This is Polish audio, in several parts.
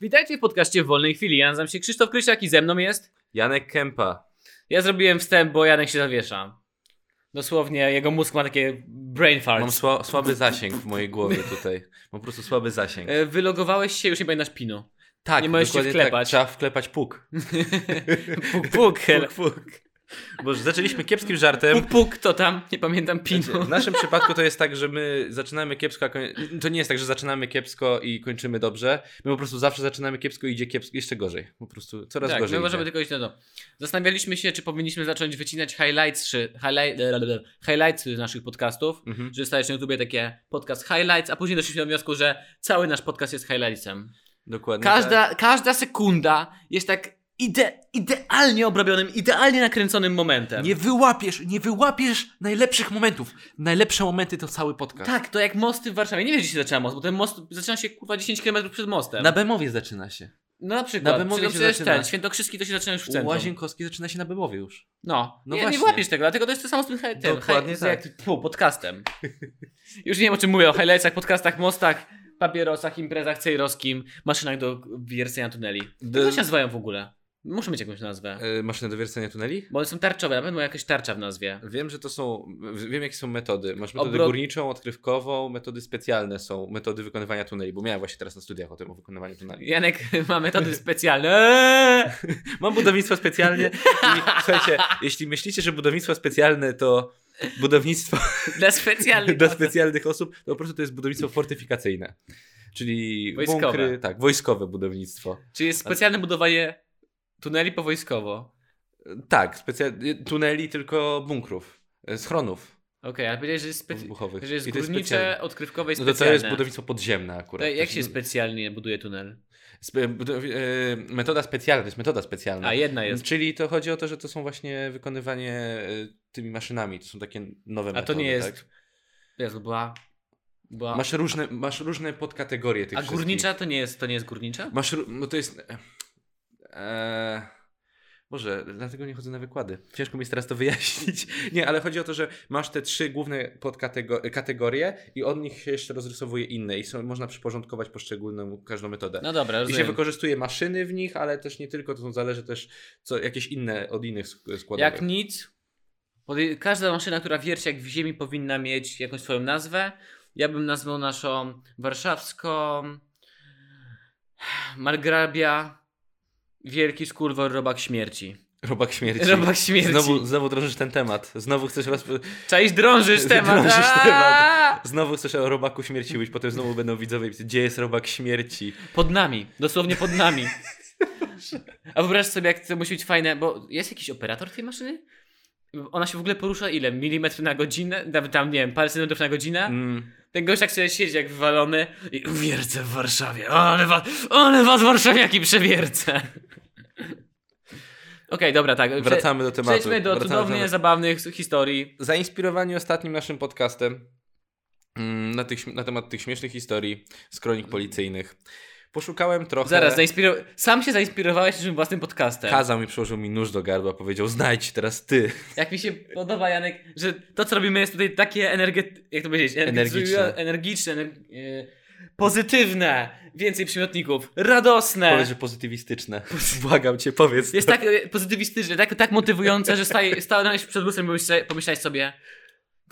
Witajcie w podcaście w wolnej chwili. Ja nazywam się Krzysztof Krysiak i ze mną jest. Janek Kępa. Ja zrobiłem wstęp, bo Janek się zawiesza. Dosłownie, jego mózg ma takie brain fart. Mam sła, słaby zasięg w mojej głowie tutaj. Mam po prostu słaby zasięg. E, Wylogowałeś się, już nie pamiętasz pinu. Tak, nie możesz się dokładnie wklepać. Tak, trzeba wklepać puk. Puk, puk, hele. Puk, puk. Bo zaczęliśmy kiepskim żartem. Znaczy, puk, puk, to tam, nie pamiętam pinu. W naszym przypadku to jest tak, że my zaczynamy kiepsko, a koń... to nie jest tak, że zaczynamy kiepsko i kończymy dobrze. My po prostu zawsze zaczynamy kiepsko i idzie kiepsko, jeszcze gorzej. Po prostu coraz tak, gorzej. my możemy idzie. tylko iść na to. Zastanawialiśmy się, czy powinniśmy zacząć wycinać highlights, czy highlight, e, e, e, highlights z naszych podcastów, Mhm. że stajesz na YouTubie takie podcast highlights, a później doszliśmy do wniosku, że cały nasz podcast jest highlightsem. Dokładnie. tak. Każda, każda sekunda jest tak ide, idealnie obrobionym, idealnie nakręconym momentem. Nie wyłapiesz, nie wyłapiesz najlepszych momentów. Najlepsze momenty to cały podcast. tak, to jak mosty w Warszawie. Nie wiesz, gdzie się zaczyna most, bo ten most zaczyna się kurwa 10 km przed mostem. Na Bemowie zaczyna się. no na przykład. na Bemowie no się przecież zaczyna. ten, Świętokrzyski to się zaczyna już w centrum. Łazienkowski zaczyna się na Bemowie już. No, No nie, nie właśnie. łapiesz tego, dlatego to jest to samo z tym hej, ten, Dokładnie hej, z tak. jak, tfu, podcastem. Już nie wiem o czym mówię, o highlightsach, podcastach, mostach, papierosach, imprezach cejrowskim, maszynach do wiercenia tuneli. D- Jak się nazywają w ogóle? Muszę mieć jakąś nazwę. E, maszyny do wiercenia tuneli? Bo one są tarczowe, na pewno ma jakaś tarcza w nazwie. Wiem, że to są. w- Wiem, jakie są metody. Masz metodę Obrot- górniczą, odkrywkową, metody specjalne są, metody wykonywania tuneli, bo miałem właśnie teraz na studiach o tym o wykonywaniu tuneli. Janek ma metody specjalne. Eee! Mam budownictwo specjalne i słuchajcie, jeśli myślicie, że budownictwo specjalne to budownictwo Dla specjalnych. dla specjalnych osób, to po prostu to jest budownictwo fortyfikacyjne. Czyli Wojskowe. bunkry, tak, wojskowe budownictwo. Czyli jest specjalne budowanie tuneli powojskowo. Tak, specja- tuneli tylko bunkrów, e, schronów Okej, ale powiedziałeś, że jest, specy- wybuchowych. że jest I to jest górnicze, specjalne. odkrywkowe i No specjalne. to to jest budownictwo podziemne akurat. To jak To się specjalnie buduje tunel? Spe- budowi- e, Metoda specjalna, to jest metoda specjalna. Mm, A, jedna jest. Czyli to chodzi o to, że to są właśnie wykonywanie e, tymi maszynami. To są takie nowe A metody. to nie jest... Tak? Jezu, była... była... Masz, różne, masz różne podkategorie tych A wszystkich. górnicza to nie jest, to nie jest górnicza? Masz, ró- no to jest... E, Boże, dlatego nie chodzę na wykłady. Ciężko mi jest teraz to wyjaśnić. Nie, ale chodzi o to, że masz te trzy główne podkategorie kategorie i od nich się jeszcze rozrysowuje inne i są, można przyporządkować poszczególną każdą metodę. No dobra, I się rozumiem. wykorzystuje maszyny w nich, ale też nie tylko, to są, zależy też co, jakieś inne od innych sk- składowych. Jak nic, podej- każda maszyna, która wierci jak w ziemi, powinna mieć jakąś swoją nazwę. Ja bym nazwał naszą warszawską margrabia Wielki Skurwor Robak Śmierci. Robak śmierci. Robak Śmierci. Znowu, znowu drążysz ten temat. Znowu chcesz roz... Cześć, drążysz temat. Drążysz Aaaa! Znowu chcesz o robaku śmierci mówić, potem znowu będą widzowie pisać, gdzie jest robak śmierci. Pod nami, dosłownie pod nami. A wyobraź sobie, jak to musi być fajne, bo jest jakiś operator tej maszyny? Ona się w ogóle porusza ile? Milimetr na godzinę? Nawet tam, nie wiem, parę centymetrów na godzinę? Mm. Ten gość tak sobie siedzi jak wywalony i wiercę w Warszawie. Ale was, ale was warszawiaki przewiercę. Okej, dobra, tak. Prze- Wracamy do tematu. Przejdźmy do Wracamy cudownie tematu. zabawnych historii. Zainspirowani ostatnim naszym podcastem mm, na, tych, na temat tych śmiesznych historii z kronik policyjnych. Poszukałem trochę... Zaraz, zainspiru- sam się zainspirowałeś naszym własnym podcastem. Kazał mi, przyłożył mi nóż do gardła, powiedział, znajdź teraz ty. Jak mi się podoba, Janek, że to, co robimy, jest tutaj takie energetyczne, jak to powiedzieć, Energiczne. energiczne ener- e, pozytywne, więcej przymiotników, radosne. Powiedz, że pozytywistyczne. Błagam cię, powiedz. Jest tak e, pozytywistyczne, tak, tak motywujące, że staje, stanąłeś przed lustrem i pomyślałeś, pomyślałeś sobie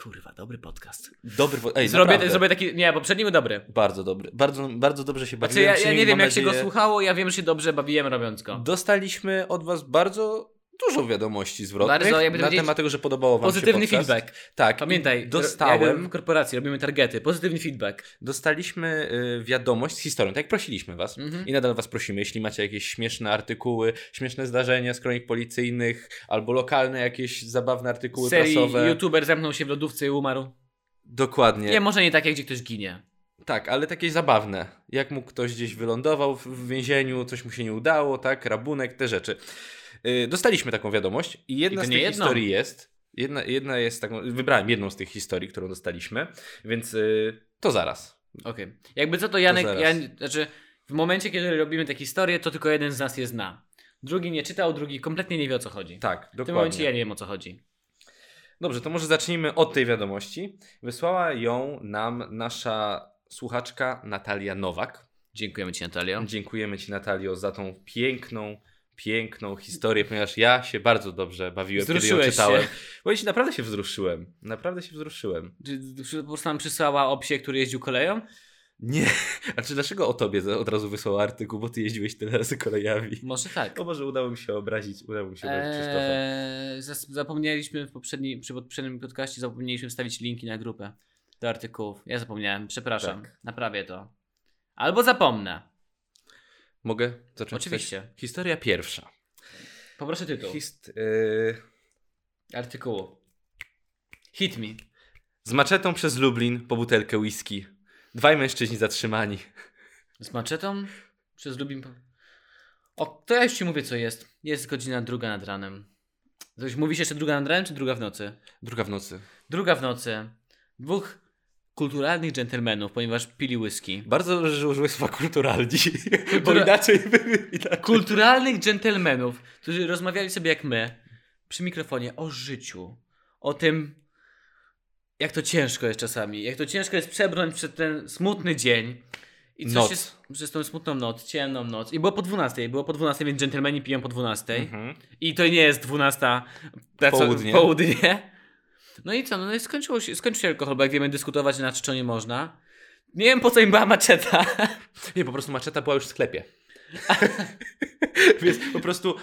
Kurwa, dobry podcast. Dobry... po- Ej, Zrobię, naprawdę. zrobię taki, nie, poprzedni był dobry. Bardzo dobry. Bardzo, bardzo dobrze się bawiłem. Znaczy, ja, przy ja nim, nie wiem, mam jak się go nadzieję- słuchało, ja wiem, że się dobrze bawiłem robiąc go. Dostaliśmy od was bardzo dużo wiadomości zwrotnych Bardzo, jakby to na powiedzieć, temat tego, że podobało wam Pozytywny się podcast. feedback. Tak, i Pamiętaj, Dostałem, w korporacji robimy targety, pozytywny feedback. dostaliśmy y, wiadomość z historią, tak jak prosiliśmy was. Mhm. I nadal was prosimy, jeśli macie jakieś śmieszne artykuły, śmieszne zdarzenia z kronik policyjnych, albo lokalne jakieś zabawne artykuły Serii prasowe. youtuber zamknął się w lodówce i umarł. Dokładnie. Nie, może nie takie, gdzie ktoś ginie. Tak, ale takie zabawne. Jak mu ktoś gdzieś wylądował w- w więzieniu, coś mu się nie udało, tak, rabunek, te rzeczy. Yy, Dostaliśmy taką wiadomość i I jedna to z nie tych jedną. historii jest. Jedna, jedna jest taką. Wybrałem jedną z tych historii, którą dostaliśmy, więc yy, to zaraz. Okej. Jakby co to Janek, To ja, zaraz. znaczy w momencie, kiedy robimy te historie, to tylko jeden z nas je zna. Drugi nie czytał, drugi kompletnie nie wie o co chodzi. Tak, w tym dokładnie. momencie ja nie wiem o co chodzi. Dobrze, to może zacznijmy od tej wiadomości. Wysłała ją nam nasza słuchaczka Natalia Nowak. Dziękujemy Ci, Natalio. Dziękujemy Ci, Natalio, za tą piękną, piękną historię, ponieważ ja się bardzo dobrze bawiłem, kiedy ją Wzruszyłeś czytałem. się. Bo ja się naprawdę się wzruszyłem. Naprawdę się wzruszyłem. Czy czy po prostu nam przysłała o psie, który jeździł koleją? Nie. A czy dlaczego o tobie za- od razu wysłał artykuł, bo ty jeździłeś tyle razy kolejami? Może tak. O Boże, udało mi się obrazić, udało mi się obrazić Krzysztofa. Eee, zas- zapomnieliśmy w poprzednim, przy poprzednim podcaście zapomnieliśmy wstawić linki na grupę do artykułów. Ja zapomniałem, przepraszam. Naprawię to. Albo zapomnę. Mogę zacząć? Oczywiście. Coś? Historia pierwsza. Poproszę tytuł. Hist- y- Artykułu. Hit me. z maczetą przez Lublin po butelkę whisky. Dwaj mężczyźni zatrzymani. Z maczetą przez Lubin. po- O, to ja już ci mówię, co jest. Jest godzina druga nad ranem. Coś mówisz jeszcze druga nad ranem, czy druga w nocy? Druga w nocy. Druga w nocy. Dwóch kulturalnych dżentelmenów, ponieważ pili whisky. Bardzo dobrze, że użyłeś słowa kulturalni, bo Kultura- inaczej by... inaczej- Kulturalnych dżentelmenów, którzy rozmawiali sobie jak my, przy mikrofonie o życiu, o tym, jak to ciężko jest czasami, jak to ciężko jest przebrnąć przez ten smutny dzień. I co Noc. się s- przez tą smutną noc, ciemną noc. I było po 12, było po 12, więc dżentelmeni piją po 12. Mhm. I to nie jest 12 na co- Południe. południe. No i co, no i skończyło się, skończył się alkohol, bo jak wiemy, dyskutować na czczo nie można. Nie wiem, po co im była maczeta. Nie, po prostu maczeta była już w sklepie. Więc po prostu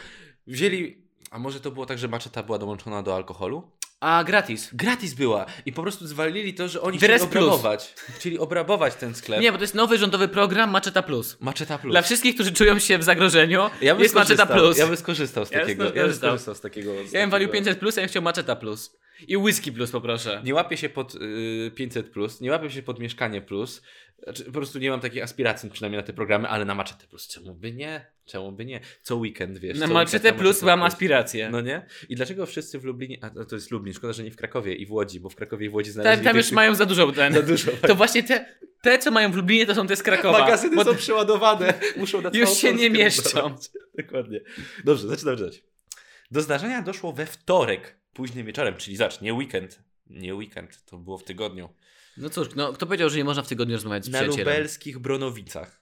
wzięli. A może to było tak, że maczeta była dołączona do alkoholu? A gratis. Gratis była i po prostu zwalili to, że oni Dres chcieli plus. obrabować. Chcieli obrabować ten sklep. Nie, bo to jest nowy rządowy program Maczeta Plus. Maczeta plus. Dla wszystkich, którzy czują się w zagrożeniu, Ja bym jest Maczeta skorzystał- Plus. Ja bym skorzystał z Ja bym takiego. Ja bym skorzystał. skorzystał z takiego. Z Ja bym takiego. walił 500 plus, a ja bym chciał Maczeta Plus. I Whisky Plus poproszę. Nie łapię się pod y, 500 plus, nie łapię się pod mieszkanie plus. Znaczy, po prostu nie mam takiej aspiracji przynajmniej na te programy, ale na maczetę plus. Czemu by nie? Czemu by nie? Co weekend wiesz? Na co Maczetę weekend, Plus mam plus. aspirację. No nie? I dlaczego wszyscy w Lublinie, a to jest Lublin, szkoda, że nie w Krakowie i w Łodzi, bo w Krakowie i w Łodzi Tam, znaleźli tam już tych- mają za dużo ten. za dużo. To właśnie te, te, co mają w Lublinie, to są te z Krakowa. Magazyny Bo są przeładowane, muszą na Już całą się nie Polskę mieszczą. rozdawać. Dokładnie. Dobrze, zaczynam czytać. Do zdarzenia doszło we wtorek, późnym wieczorem, czyli zacz, nie weekend. Nie weekend, to było w tygodniu. No cóż, no kto powiedział, że nie można w tygodniu rozmawiać z Na przyjacielem? lubelskich Bronowicach.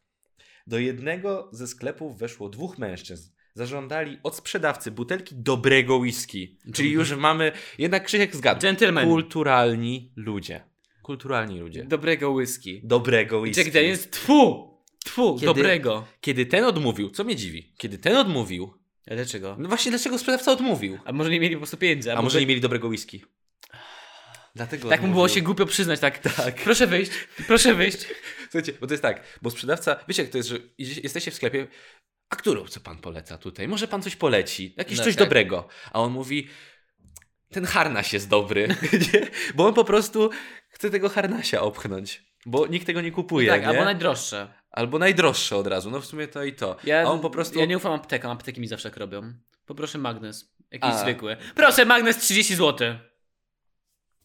Do jednego ze sklepów weszło dwóch mężczyzn. Zażądali od sprzedawcy butelki dobrego whisky. Czyli już mamy, jednak Krzysiek zgadł. Gentleman. Kulturalni ludzie. Kulturalni ludzie. Dobrego whisky. Dobrego whisky. Jack Daniels, tfu! Tfu, Kiedy- dobrego. Kiedy ten odmówił, co mnie dziwi, kiedy ten odmówił, A dlaczego? no właśnie dlaczego sprzedawca odmówił? A może nie mieli po prostu pieniędzy? A, albo może że- nie mieli dobrego whisky? Dlatego Tak mu było się odmówił. głupio przyznać, tak. Tak. Proszę wyjść, proszę wyjść. Słuchajcie, bo to jest tak, bo sprzedawca, wiecie jak to jest, że idzie- jesteście w sklepie, a którą co pan poleca tutaj? Może pan coś poleci, jakieś No coś tak. dobrego. A on mówi, ten harnaś jest dobry, nie? bo on po prostu chce tego harnasia opchnąć. Bo nikt tego nie kupuje, tak, nie? albo najdroższe. albo najdroższe od razu, no w sumie to i to. Ja, a on po prostu... ja nie ufam aptekom, apteki mi zawsze jak robią. Poproszę magnes, jakiś A. zwykły. Proszę magnes 30 zł.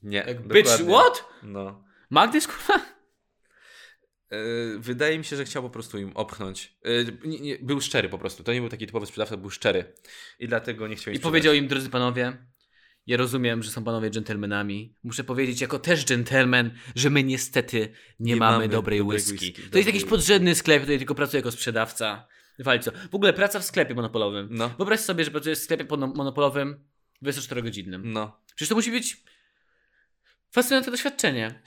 nie Jak bitch, Tak, dokładnie. what? No. Magnes kurwa? Yy, Wydaje mi się, że chciał po prostu im opchnąć. Yy, Nie, nie, był szczery po prostu. To nie był taki typowy sprzedawca, był szczery. I dlatego nie chciał I im powiedział im, drodzy panowie, ja rozumiem, że są panowie dżentelmenami. Muszę powiedzieć jako też dżentelmen, że my niestety nie, mamy, dobrej whisky. To dobrej jest jakiś whisky. podrzędny sklep, który tylko pracuje jako sprzedawca. Walco. W ogóle praca w sklepie monopolowym. No, Wyobraź sobie, że pracujesz w sklepie pono- monopolowym 24-godzinnym. no. Przecież to musi być fascynujące doświadczenie.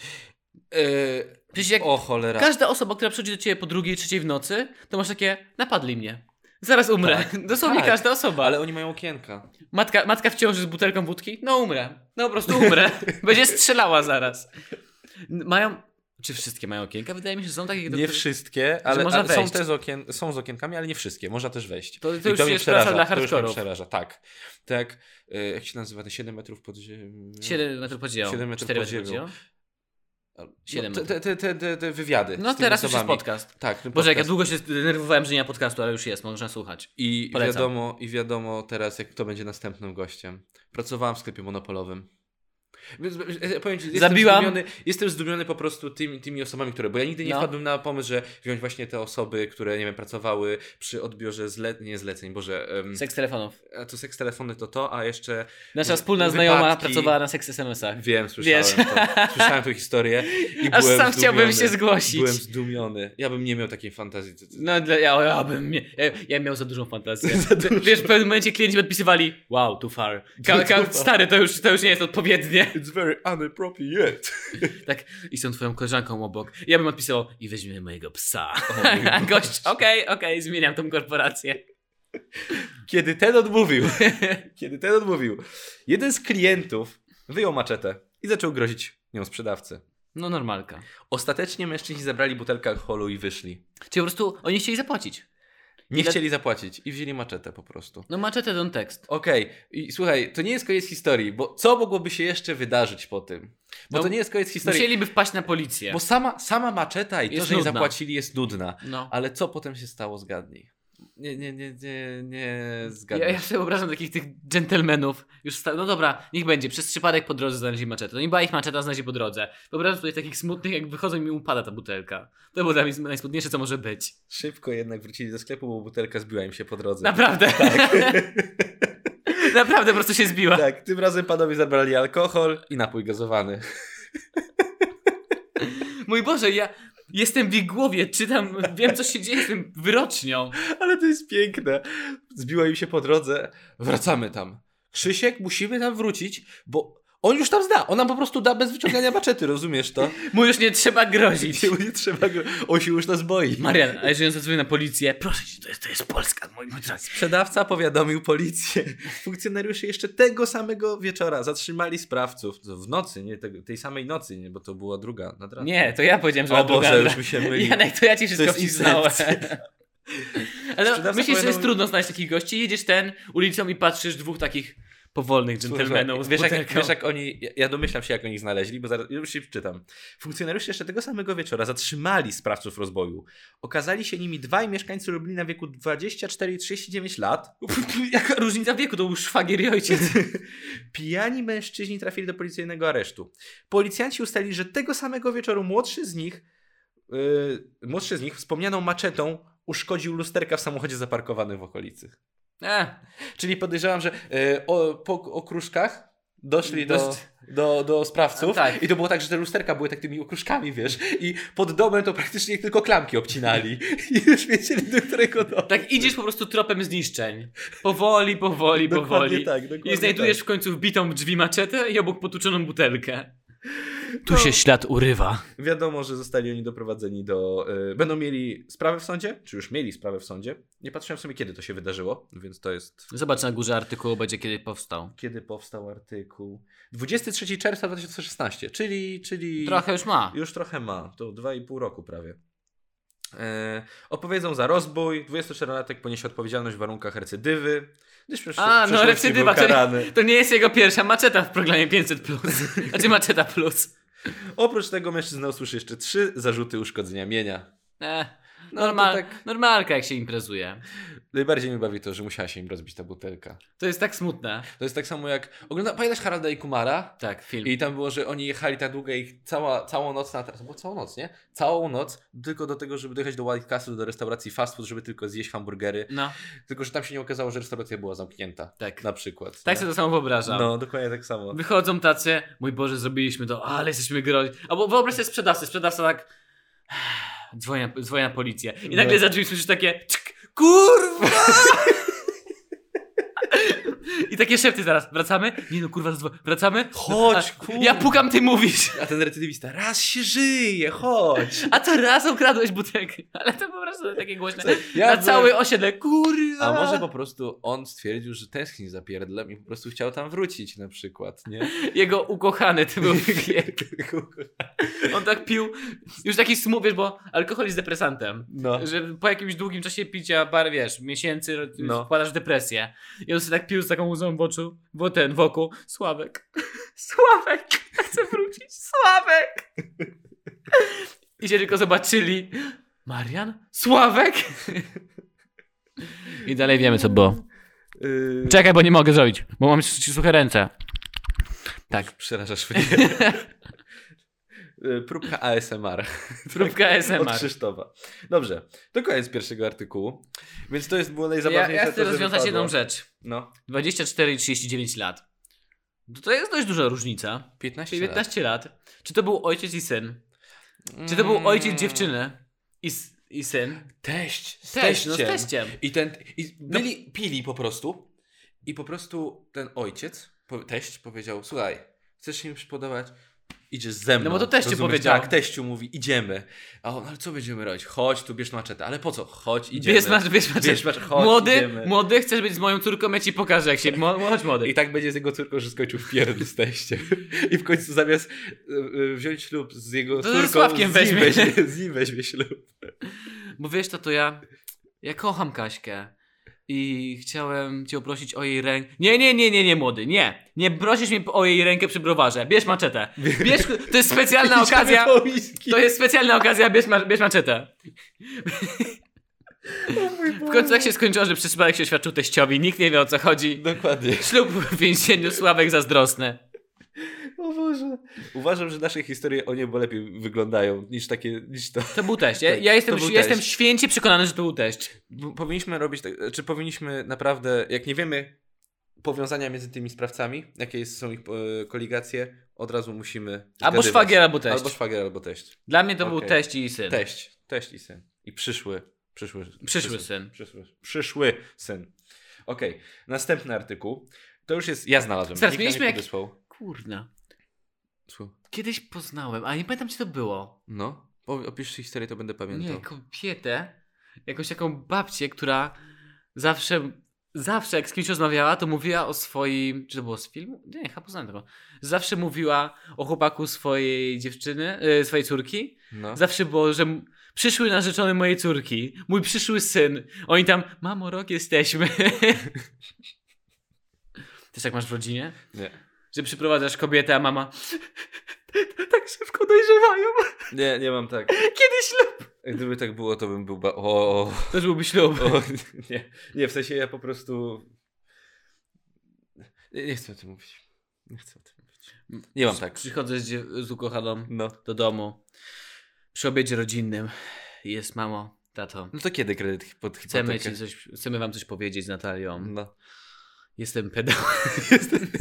Yy, Przecież jak o cholera. każda osoba, która przychodzi do ciebie po drugiej, trzeciej w nocy, to masz takie, napadli mnie. Zaraz umrę. Dosłownie tak. każda osoba. Ale oni mają okienka. Matka, matka w ciąży z butelką wódki? No umrę. No po prostu umrę. Będzie strzelała zaraz. N- Mają... Czy wszystkie mają okienka? Wydaje mi się, że są takie... do Nie których- wszystkie, ale można a, są wejść. te z okien, są z okienkami, ale nie wszystkie. Można też wejść. To, I to już mnie jest praca dla to już mnie hardkorów. przeraża, tak. Tak, yy, jak się nazywa, te 7 metrów pod ziemią? 7 metrów pod ziemią. Siedem metrów 4 pod metry pod ziemią. ziemią. siedem No, te, metrów. te, te, te, te wywiady. No z tymi teraz już jest osobami. podcast. Tak, ten Boże, jak ja podcast. długo się denerwowałem, że nie ma podcastu, ale już jest, można słuchać. I Polecam. wiadomo, I wiadomo teraz, jak kto będzie następnym gościem. Pracowałam w sklepie monopolowym. Więc, e, Powiem ci, jestem Zabiłam. zdumiony, jestem zdumiony po prostu tymi, tymi osobami, które. Bo ja nigdy nie No. wpadłem na pomysł, że wziąć właśnie te osoby, które, nie wiem, pracowały przy odbiorze zle, nie zleceń, boże. em, Seks telefonów. a to seks telefony to to, a jeszcze. Nasza Wy- wspólna znajoma wypadki. pracowała na seks SMS-ach. Wiem, słyszałem, Wiesz. to, słyszałem tą historię. I Aż byłem sam chciałbym zdumiony. się zgłosić. Byłem zdumiony. Ja bym nie miał takiej fantazji. Co- co- No, dla, ja, ja bym. mie- Ja, ja miał za dużą fantazję. Wiesz, w pewnym momencie klienci mi odpisywali: Wow, too far. Ka, ka, stary, to już, to już nie jest odpowiednie. It's very unappropriate. Tak, i z tą twoją koleżanką obok. Ja bym odpisał: I weźmiemy mojego psa. mój A gość, okej, okej, zmieniam tą korporację. Kiedy ten odmówił, kiedy ten odmówił, jeden z klientów wyjął maczetę i zaczął grozić nią sprzedawcy. No, normalka. Ostatecznie mężczyźni zabrali butelkę alkoholu i wyszli. Czyli po prostu oni chcieli zapłacić. Nie Ile- chcieli zapłacić i wzięli maczetę po prostu. No, maczetę ten tekst. Okej, i słuchaj, to nie jest koniec historii, bo co mogłoby się jeszcze wydarzyć po tym? Bo No, to nie jest koniec historii, Musieliby wpaść na policję. bo sama, sama maczeta i to, Jest że nie nudna. zapłacili jest nudna. No. Ale co potem się stało, zgadnij. Nie, nie, nie, nie, nie Ja, zgadnij. ja sobie wyobrażam takich tych dżentelmenów. Już sta- no dobra, niech będzie. Przez przypadek po drodze znaleźli maczetę. No i była ich maczeta, znaleźli po drodze. Wyobrażam sobie takich smutnych, jak wychodzą i mi upada ta butelka. To było dla mnie najsmutniejsze, co może być. Tak. Szybko jednak wrócili do sklepu, bo butelka zbiła im się po drodze. Naprawdę. Naprawdę po prostu się zbiła. Tak, tym razem panowie zabrali alkohol i napój gazowany. Mój Boże, ja jestem w ich głowie, czytam, wiem co się dzieje, jestem wyrocznią. Ale to jest piękne. Zbiło im się po drodze. Wracamy tam. Krzysiek, musimy tam wrócić, bo on już tam zna. On nam po prostu da bez wyciągania maczety, rozumiesz to? Mu już nie trzeba grozić. Jemu nie trzeba. go- On się już nas boi. Marian, a jeżeli on zadzwoni na policję, proszę cię, to jest, to jest Polska, mój mój drogi. Sprzedawca powiadomił policję. Funkcjonariusze jeszcze tego samego wieczora zatrzymali sprawców. To W nocy, nie tego, tej samej nocy, nie, bo to była druga nad ranem. Nie, to ja powiedziałem, że Tak. O mam druga- Boże, już mi się myli. Janek, to ja ci wszystko jest przyznałem. incepcja. Ale Sprzedawca myślisz, że jest powiedział- trudno znaleźć takich gości? Jedziesz ten ulicą i patrzysz dwóch takich powolnych dżentelmenów z wiesz, jak, butelką. wiesz jak oni, ja- ja domyślam się jak oni ich znaleźli, bo zaraz już się wczytam. Funkcjonariusze jeszcze tego samego wieczora zatrzymali sprawców rozboju. Okazali się nimi dwaj mieszkańcy Lublina wieku 24 i 39 lat. Jaka różnica wieku, to był szwagier i ojciec. Pijani mężczyźni trafili do policyjnego aresztu. Policjanci ustalili, że tego samego wieczoru młodszy z nich, yy, młodszy z nich wspomnianą maczetą uszkodził lusterka w samochodzie zaparkowanym w okolicy. E, Czyli podejrzewam, że e, o, po okruszkach doszli do, Dost- do, do sprawców Tak. i to było tak, że te lusterka były tak tymi okruszkami, wiesz, i pod domem to praktycznie tylko klamki obcinali i już wiedzieli, do którego domu. tak idziesz po prostu tropem zniszczeń. Powoli, powoli, powoli. tak, dokładnie I znajdujesz tak. w końcu wbitą w drzwi maczetę i obok potłuczoną butelkę. No. Tu się ślad urywa. Wiadomo, że zostali oni doprowadzeni do... e, będą mieli sprawę w sądzie, czy już mieli sprawę w sądzie. Nie patrzyłem sobie, kiedy to się wydarzyło, więc to jest... Zobacz na górze artykułu, będzie kiedy powstał. Kiedy powstał artykuł? 23 czerwca 2016, czyli... czyli... Trochę już ma. Już trochę ma, to 2,5 roku prawie. E, opowiedzą za rozbój, 24-latek poniesie odpowiedzialność w warunkach recydywy, gdyż przecież A, w no przeszłości recydywa, był to karany. nie, to nie jest jego pierwsza maczeta w programie 500 plus. Znaczy maczeta plus. Oprócz tego mężczyzna usłyszy jeszcze trzy zarzuty uszkodzenia mienia. E, No, to normal, tak- Normalka jak się imprezuje. Najbardziej mi bawi to, że musiała się im rozbić ta butelka. To jest tak smutne. To jest tak samo jak... Ogląda... Pamiętasz Haralda i Kumara? Tak, film. I tam było, że oni jechali tak długo i cała, całą noc na trasę, bo całą noc, nie? Całą noc tylko do tego, żeby dojechać do White Castle, do restauracji fast food, żeby tylko zjeść hamburgery. No, Tylko, że tam się nie okazało, że restauracja była zamknięta. tak. Na przykład. Tak nie? sobie to samo wyobrażam. No, dokładnie tak samo. Wychodzą tacy, mój Boże, zrobiliśmy to, ale jesteśmy groźni. Albo wyobraź sobie sprzedawcę, sprzedawca tak dzwoni na, dzwoni na policję i No. nagle za drzwi słyszysz takie "Tsk, kurwa! I takie szepty zaraz, wracamy? Nie no kurwa, zadzwo- wracamy? Chodź, A, kurwa. tak, Ja pukam, ty mówisz. A ten recydywista, raz się żyje, chodź! A to raz okradłeś butelkę. Ale to po prostu takie głośne. Ja na byłem- cały osiedle, kurwa! A może po prostu on stwierdził, że tęskni za pierdlem i po prostu chciał tam wrócić na przykład, nie? Jego ukochany to był wiek. On tak pił, już taki smówiesz, bo alkohol jest depresantem. No. że po jakimś długim czasie picia par, wiesz, miesięcy No. no. wpadasz w depresję. I on sobie tak pił z taką łzą w oczu, bo ten wokół. Sławek. Sławek! Chcę wrócić. Sławek! I się tylko zobaczyli. Marian? Sławek? I dalej wiemy, co było. Yy, Czekaj, bo nie mogę zrobić, bo mam suche ręce. Tak. Przerażasz mnie. Y, Próbka ASMR. Próbka Od ASMR. Krzysztofa. Dobrze, to koniec pierwszego artykułu. Więc to jest było Ja, najzabawniejsze, ja chcę co, że rozwiązać wypadło. jedną rzecz. No, 24 i 39 lat. No To- To jest dość duża różnica. 15 Czyli lat. 15 lat. Czy to był ojciec i syn? Czy to Mm. był ojciec dziewczyny i, s- i syn? Teść. Z Teść, no z teściem. teściem. I ten. I No. byli, pili po prostu. I po prostu ten ojciec, po, teść powiedział: Słuchaj, chcesz się mi przypodobać? Idziesz ze mną. No bo to teściu rozumiesz? powiedział. Tak, teściu mówi: Idziemy. A on, ale co będziemy robić? Chodź, tu bierz maczetę. Ale po co? Chodź, idziemy. Bierz masz, bierz masz. Bierz maczetę. Chodź, młody, idziemy. młody, chcesz być z moją córką, ja ci pokażę jak się... Mo, chodź młody. I tak będzie z jego córką, że skończył w pierdol z teściem. I w końcu zamiast y, y, wziąć ślub z jego To ze córką, Sławkiem z, nim weźmie. weźmie, z nim weźmie ślub. Bo wiesz to, to ja... Ja kocham Kaśkę. I chciałem cię prosić o jej rękę. Nie, nie, nie, nie, nie, młody, nie. Nie prosisz mnie o jej rękę przy browarze. Bierz maczetę. Bierz, to jest specjalna Idziemy okazja. po whisky. To jest specjalna okazja, bierz, ma, bierz maczetę. W końcu tak się skończyło, że przypadek się oświadczył teściowi. Nikt nie wie o co chodzi. Dokładnie. Ślub w więzieniu, Sławek zazdrosny. O Boże. Uważam, że nasze historie o niebo lepiej wyglądają niż takie, niż to. To był teść. Ja, Tak, ja jestem, to był ja jestem teść. święcie przekonany, że to był teść. Bo Powinniśmy robić tak, czy powinniśmy naprawdę, jak nie wiemy powiązania między tymi sprawcami, jakie jest- są ich e, koligacje, od razu musimy Albo zgadywać. szwagier, albo teść. Albo szwagier, albo teść. Dla mnie to był Okej. teść i syn. Teść, teść i syn. I przyszły, Przyszły przyszły, syn. Przyszły, przyszły syn. Okej, następny artykuł. To już jest, ja znalazłem. Zaraz, Nikt nam mieliśmy nie jak- podesłał. Kurna. Słuch- Kiedyś poznałem, ale nie pamiętam, czy to było. No, Po- opisz historię, to będę pamiętał. Nie, kobietę. Jakąś taką babcię, która zawsze, zawsze jak z kimś rozmawiała, to mówiła o swoim... Czy to było z filmu? Nie, chyba poznałem tego. Zawsze mówiła o chłopaku swojej dziewczyny, e, swojej córki. No. Zawsze było, że m- przyszły narzeczony mojej córki, mój przyszły syn. Oni tam, mamo, rok jesteśmy. Też tak masz w rodzinie? Nie. Że przyprowadzasz kobietę, a mama tak szybko dojrzewają. nie, nie mam tak. Kiedy ślub? Gdyby tak było, to bym był. Ba- o, o, To już byłby ślub. o, nie. nie, w sensie ja po prostu. Nie, nie chcę o tym mówić. Nie chcę o tym mówić. Nie mam tak. Przychodzę z, dziew- z ukochaną No. do domu. Przy obiedzie rodzinnym jest mamo, tato. No to kiedy kredyt hi- pod hipotekę? Chcemy, ci coś, chcemy wam coś powiedzieć z Natalią. No. Jestem pedałem.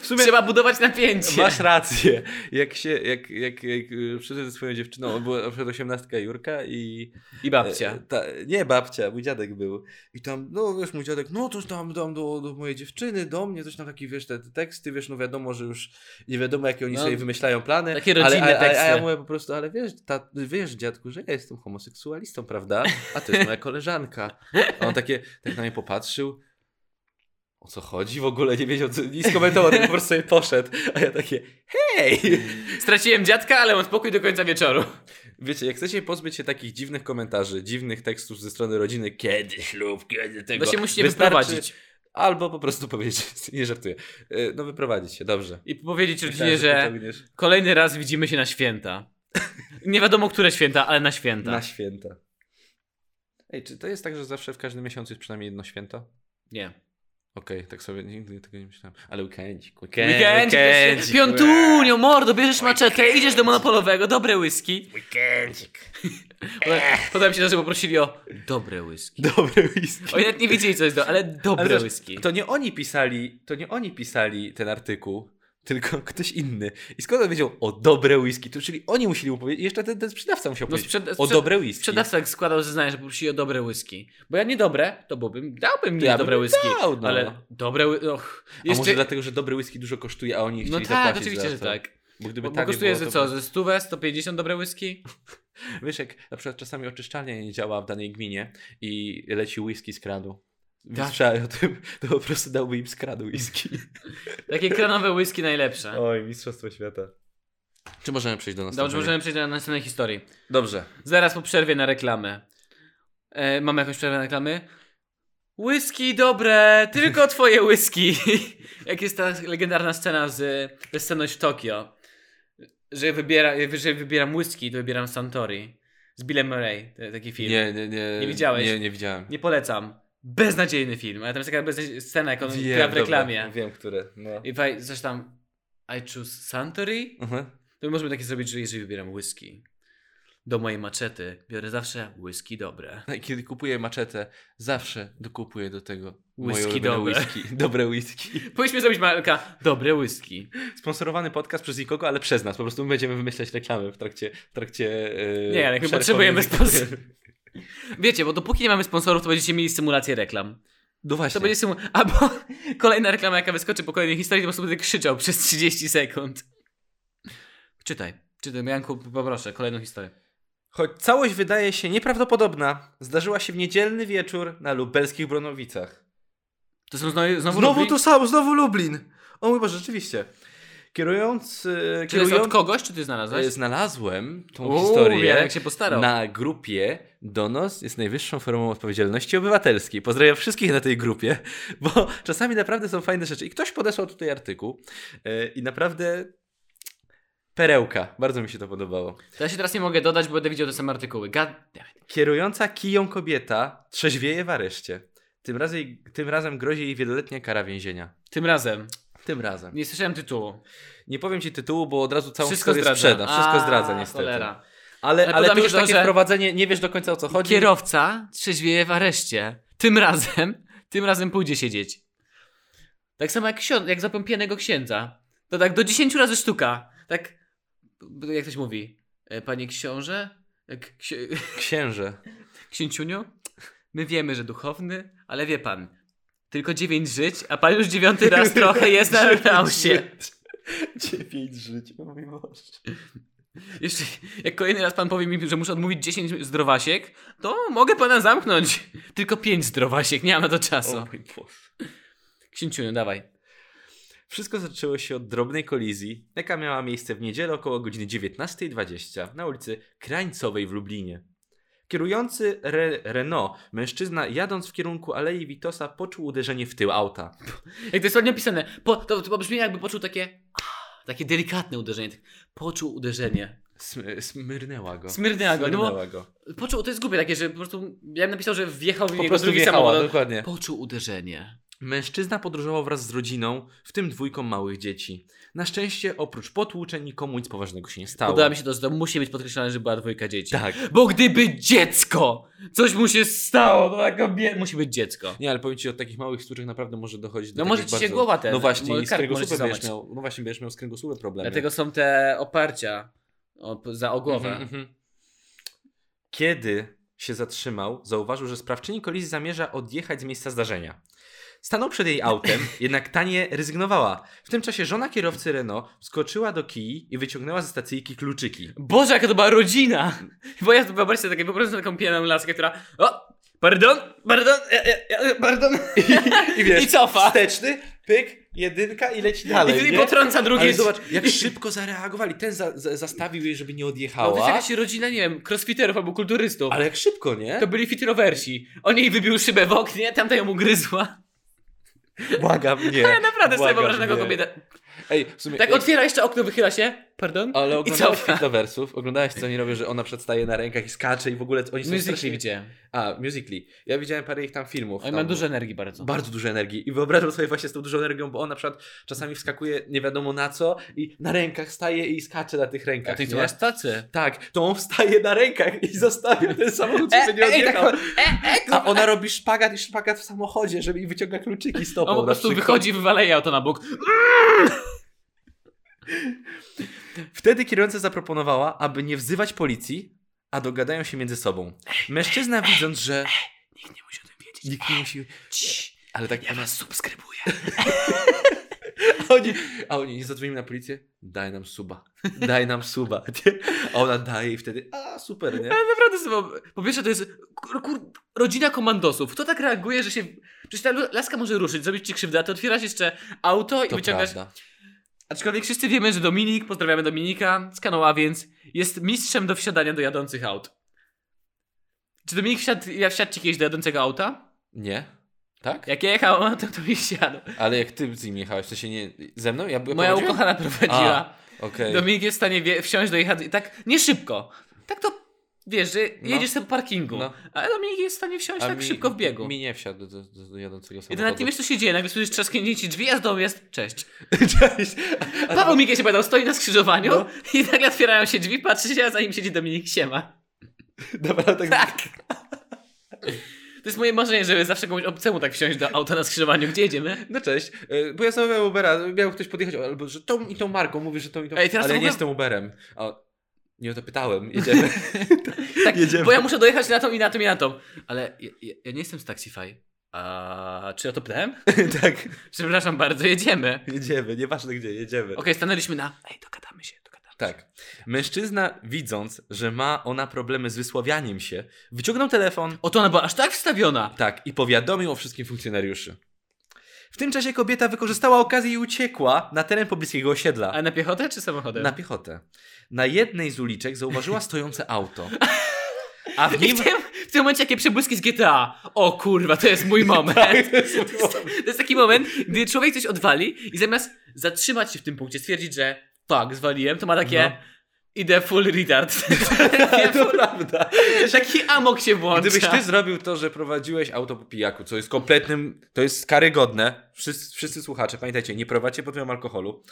W sumie Trzeba budować napięcie. masz rację. Jak się, jak, jak, jak y, przyszedł ze swoją dziewczyną, była na przykład osiemnastka Jurka i I babcia. E, Ta, nie babcia, mój dziadek był. I tam, no wiesz, mój dziadek, no coś tam dam do, do mojej dziewczyny, do mnie, coś tam taki, wiesz, te, te teksty, wiesz, no wiadomo, że już nie wiadomo, jakie oni No, sobie wymyślają plany. takie ale- rodzinne ale, A, a ja teksty. mówię po prostu, ale wiesz, ta, wiesz, dziadku, że ja jestem homoseksualistą, prawda? A to jest moja koleżanka. A on takie, tak na mnie popatrzył. O co chodzi? W ogóle nie wiedział, co, nie skomentował, tylko po prostu sobie poszedł. A ja takie, hej! Straciłem dziadka, ale mam spokój do końca wieczoru. Wiecie, jak chcecie pozbyć się takich dziwnych komentarzy, dziwnych tekstów ze strony rodziny, kiedy ślub, kiedy tego. Bo No się musicie wystarczy- wyprowadzić. Albo po prostu powiedzieć, nie żartuję. E, No wyprowadzić się, dobrze. I powiedzieć rodzinie, Myślałem, że pociągniesz kolejny raz widzimy się na święta. Nie wiadomo, które święta, ale na święta. na święta. Ej, czy to jest tak, że zawsze w każdym miesiącu jest przynajmniej jedno święto? Nie. Okej, tak sobie nigdy tego nie myślałem. Ale weekendzik, weekend, Weekend, weekendzik, piątunio, mordo, bierzesz maczetę, idziesz do monopolowego, dobre whisky. Weekendzik. Potem- Potem się też poprosili o dobre whisky. Dobry whisky. Oni nawet nie wiedzieli, co jest do, ale dobre Ale też, whisky. To nie oni pisali, to nie oni pisali ten artykuł, tylko ktoś inny. I skąd on wiedział o dobre whisky? To czyli oni musieli mu powiedzieć, jeszcze ten, ten sprzedawca musiał No, powiedzieć sprzeda- o sprzed- dobre whisky. Sprzedawca jak składał zeznanie, że poprosili o dobre whisky. Bo ja niedobre, to byłbym, dałbym mi ja dobre bym whisky. dał, no. Ale dobre, wi- och, A może jeszcze... dlatego, że dobre whisky dużo kosztuje, a oni No chcieli tak, zapłacić oczywiście, za że to. tak. Bo gdyby Bo, bo taniej kosztuje było, ze to co, ze 100, 150 dobre whisky? Wiesz, jak na przykład czasami oczyszczalnia nie działa w danej gminie i leci whisky z kradu. Tak. Tak. Słyszałem o tym, to po prostu dałby im z kradu whisky. Takie kranowe whisky najlepsze. Oj, mistrzostwo świata. Czy możemy przejść do następnego? Dobrze, możemy przejść do następnej historii. Dobrze. Zaraz po przerwie na reklamę. E, mamy jakąś przerwę na reklamy? Whisky dobre, tylko twoje whisky. Jak jest ta legendarna scena z ze sceną w Tokio, że wybiera, że wybieram whisky, to wybieram Santori. Z Billem Murray, t- taki film. Nie, Nie, nie, nie. Nie widziałeś? Nie, nie widziałem. polecam. beznadziejny film, ale tam jest taka beznadzie- scena, jak on Wiem, gra w dobra, reklamie. Wiem, które. No. I faj, coś tam, I choose Suntory? Mhm. To możemy takie zrobić, że jeżeli wybieram whisky do mojej maczety, biorę zawsze whisky dobre. No i Kiedy kupuję maczetę, zawsze dokupuję do tego moje Whisky ulubione dobre. whisky. Dobre whisky. Powinniśmy zrobić Marka dobre whisky. Sponsorowany podcast przez nikogo, ale przez nas. Po prostu my będziemy wymyślać reklamy w trakcie... W trakcie yy, Nie, ale my potrzebujemy sponsorów. Wiecie, bo dopóki nie mamy sponsorów, to będziecie mieli symulację reklam. No właśnie. To będzie symu... Albo kolejna reklama, jaka wyskoczy po kolejnej historii, to po prostu będę krzyczał przez 30 sekund. Czytaj. Czytaj, Janku, poproszę, kolejną historię. Choć całość wydaje się nieprawdopodobna, zdarzyła się w niedzielny wieczór na lubelskich Bronowicach. To są znowu... Znowu, Znowu Lublin? to samo, znowu Lublin! O mój Boże, rzeczywiście. Kierując... e, Czy to jest od kierując kogoś, czy ty znalazłeś? e, znalazłem tą Uuu, historię Janek się postarał. na grupie Donos jest najwyższą formą odpowiedzialności obywatelskiej. Pozdrawiam wszystkich na tej grupie, bo czasami naprawdę są fajne rzeczy. I ktoś podesłał tutaj artykuł e, i naprawdę perełka. Bardzo mi się to podobało. To ja się teraz nie mogę dodać, bo będę widział te same artykuły. God damn it. Kierująca kiją kobieta trzeźwieje w areszcie. Tym razem, tym razem grozi jej wieloletnia kara więzienia. Tym razem. Tym razem. Nie słyszałem tytułu. Nie powiem ci tytułu, bo od razu całą Wszystko historię zdradza. sprzedam. Wszystko A, zdradza niestety. Cholera. Ale, Ale ale podoba to mi się już to, takie że- wprowadzenie, nie wiesz do końca o co chodzi. Kierowca trzeźwieje w areszcie. Tym razem, tym razem pójdzie siedzieć. Tak samo jak, ksiądz, jak zapępionego księdza. To tak do 10 razy sztuka. Tak, jak ktoś mówi, e, panie książę, jak ksi- Księże. księciuniu, my wiemy, że duchowny, ale wie pan, tylko 9 żyć, a pan już dziewiąty raz trochę jest na Dziewięć relausie. żyć. Dziewięć żyć, o mój Boże. Jeszcze, jak kolejny raz pan powie mi, że muszę odmówić 10 zdrowasiek, to mogę pana zamknąć. Tylko 5 zdrowasiek, nie mam na to czasu. O mój Boże. Księciuniu, dawaj. Wszystko zaczęło się od drobnej kolizji, jaka miała miejsce w niedzielę około godziny 19.20 na ulicy Krańcowej w Lublinie. Kierujący Re Renault, mężczyzna jadąc w kierunku Alei Witosa, poczuł uderzenie w tył auta. Jak to jest ładnie opisane, po, to, to brzmi jakby poczuł takie, ah, takie delikatne uderzenie. tak. Poczuł uderzenie. Sm smyrnęła go. Smyrnęła go, no bo- Smyrnęła go. Poczuł, to jest głupie takie, że po prostu, ja bym napisał, że wjechał w Po niego prostu drugi wjechała, samochód. dokładnie. Poczuł uderzenie. Mężczyzna podróżował wraz z rodziną, w tym dwójką małych dzieci. Na szczęście, oprócz potłuczeń, nikomu nic poważnego się nie stało. Podoba mi się to, że to musi być podkreślane, że była dwójka dzieci. Tak. Bo gdyby dziecko, coś mu się stało, to taka bie... musi być dziecko. Nie, ale powiem ci, od takich małych sztuczek naprawdę może dochodzić do No może takich ci się głowa ten- No właśnie, może i z kark kręgosłupem może ci będziesz złamać. miał, no właśnie, będziesz miał z kręgosłupem problemy. Dlatego są te oparcia o, za o głowę. Mhm, mhm. Kiedy się zatrzymał, zauważył, że sprawczyni kolizji zamierza odjechać z miejsca zdarzenia. Stanął przed jej autem, jednak ta nie rezygnowała. W tym czasie żona kierowcy Renault wskoczyła do kij i wyciągnęła ze stacyjki kluczyki. Boże, jaka to była rodzina! Bo ja wyobraźcie sobie takie, po prostu taką pijaną laskę, która o, pardon, pardon, e, e, e, pardon. I, wiesz, I cofa. Wsteczny, pyk, jedynka i leci I, dalej, i nie? potrąca drugie. Ale zobacz, jak szybko zareagowali. Ten za, za, zastawił jej, żeby nie No, to jest odjechała. jakaś rodzina, nie wiem, crossfiterów albo kulturystów. Ale jak szybko, nie? To byli fiterowersi. On jej wybił szybę w oknie, tamta ją ugryzła. Błagam, nie. Ja naprawdę sobie Błagam, wyobrażam taką nie. kobietę. Ej, w sumie... No, Tak ej, otwiera jeszcze okno, wychyla się. Pardon? Ale I oglądałeś cofa. Fitloversów? Oglądałeś, co oni robią, że ona przedstaje na rękach i skacze i w ogóle oni są Muzyki strasznie- gdzie? A, Musically. Ja widziałem parę ich tam filmów. On tam ma dużo energii bardzo. Bardzo dużo energii i wyobrażam sobie właśnie z tą dużą energią, bo on na przykład czasami wskakuje nie wiadomo na co i na rękach staje i skacze na tych A rękach. ty nie? co masz tacy? Tak, to on wstaje na rękach i zostawia ten samochód, żeby E, nie tak odjechał. A ona robi szpagat i szpagat w samochodzie, żeby i wyciąga kluczyki stopą On po na prostu przykład. wychodzi, wywala jej auto na bok. Wtedy kierująca zaproponowała, aby nie wzywać policji, a dogadają się między sobą. Mężczyzna widząc, że Nikt nie musi o tym wiedzieć. nikt nie musi... Cii, Ale tak, ja was subskrybuję. a oni, a oni nie zadzwonimy na policję? Daj nam suba. Daj nam suba. Nie? A ona daje i wtedy, a super, nie? Ale naprawdę sobie, po pierwsze to jest kur, kur, rodzina komandosów. Kto tak reaguje, że się... Przecież ta lu- laska może ruszyć, zrobić ci krzywdę, a ty otwierasz jeszcze auto i To wyciągasz... prawda. Aczkolwiek wszyscy wiemy, że Dominik, pozdrawiamy Dominika z Kanoła, więc jest mistrzem do wsiadania do jadących aut. Czy Dominik wsiadł, ja wsiadł ci kiedyś do jadącego auta? Nie? Tak? Jak ja jechałem autem, to mi wsiadł. Ale jak ty z nim jechałeś, to się nie... Ze mną? Ja byłem Moja prowadziłem? ukochana No, prowadziła. Okej. Dominik jest w stanie wie- wsiąść do jechać i tak nie szybko. Tak to wiesz, że No. jedziesz sobie po parkingu, No. a Dominik jest w stanie wsiąść A tak mi- szybko w biegu. Mi nie wsiadł do, do, do jadącego I samochodu. ty nawet nie wiesz, co się dzieje. Nagle słyszysz trzasknięcie drzwi, a z domu jest cześć. Cześć! A, Paweł Mikiel się badał, stoi na skrzyżowaniu No. i nagle otwierają się drzwi, patrzy się, a za nim siedzi Dominik Siema. Dobra, tak. To jest moje marzenie, żeby zawsze komuś obcemu tak wsiąść do auta na skrzyżowaniu. Gdzie jedziemy? No cześć. E, Bo ja zamawiałem Ubera, miał ktoś podjechać, albo że tą i tą marką, mówię, że tą i tą. Ej, teraz to w ale ja nie ogóle- jestem Uberem. O, nie o to pytałem, jedziemy. Tak, Jedziemy. bo ja muszę dojechać na tą i na tą i na tą. Ale ja, ja, ja nie jestem z Taxify. A czy ja to pytałem? tak, Przepraszam bardzo, jedziemy. jedziemy, nieważne gdzie, jedziemy. Okej, stanęliśmy na... Ej, dogadamy się, dogadamy się. Tak. Mężczyzna, widząc, że ma ona problemy z wysławianiem się, wyciągnął telefon, Oto ona była aż tak wstawiona. tak, i powiadomił o wszystkim funkcjonariuszy. W tym czasie kobieta wykorzystała okazję i uciekła na teren pobliskiego osiedla. A na piechotę czy samochodem? Na piechotę. Na jednej z uliczek zauważyła stojące auto. A w I nim... w tym, w tym momencie jakie przebłyski z GTA. O kurwa, to jest mój moment. To jest taki moment, gdy człowiek coś odwali i zamiast zatrzymać się w tym punkcie, stwierdzić, że tak, zwaliłem, to ma takie No. idę full retard. to prawda. taki amok się włącza. Gdybyś ty zrobił to, że prowadziłeś auto po pijaku, co jest kompletnym... To jest karygodne. Wszyscy, wszyscy słuchacze, pamiętajcie, nie prowadźcie pod wpływem alkoholu.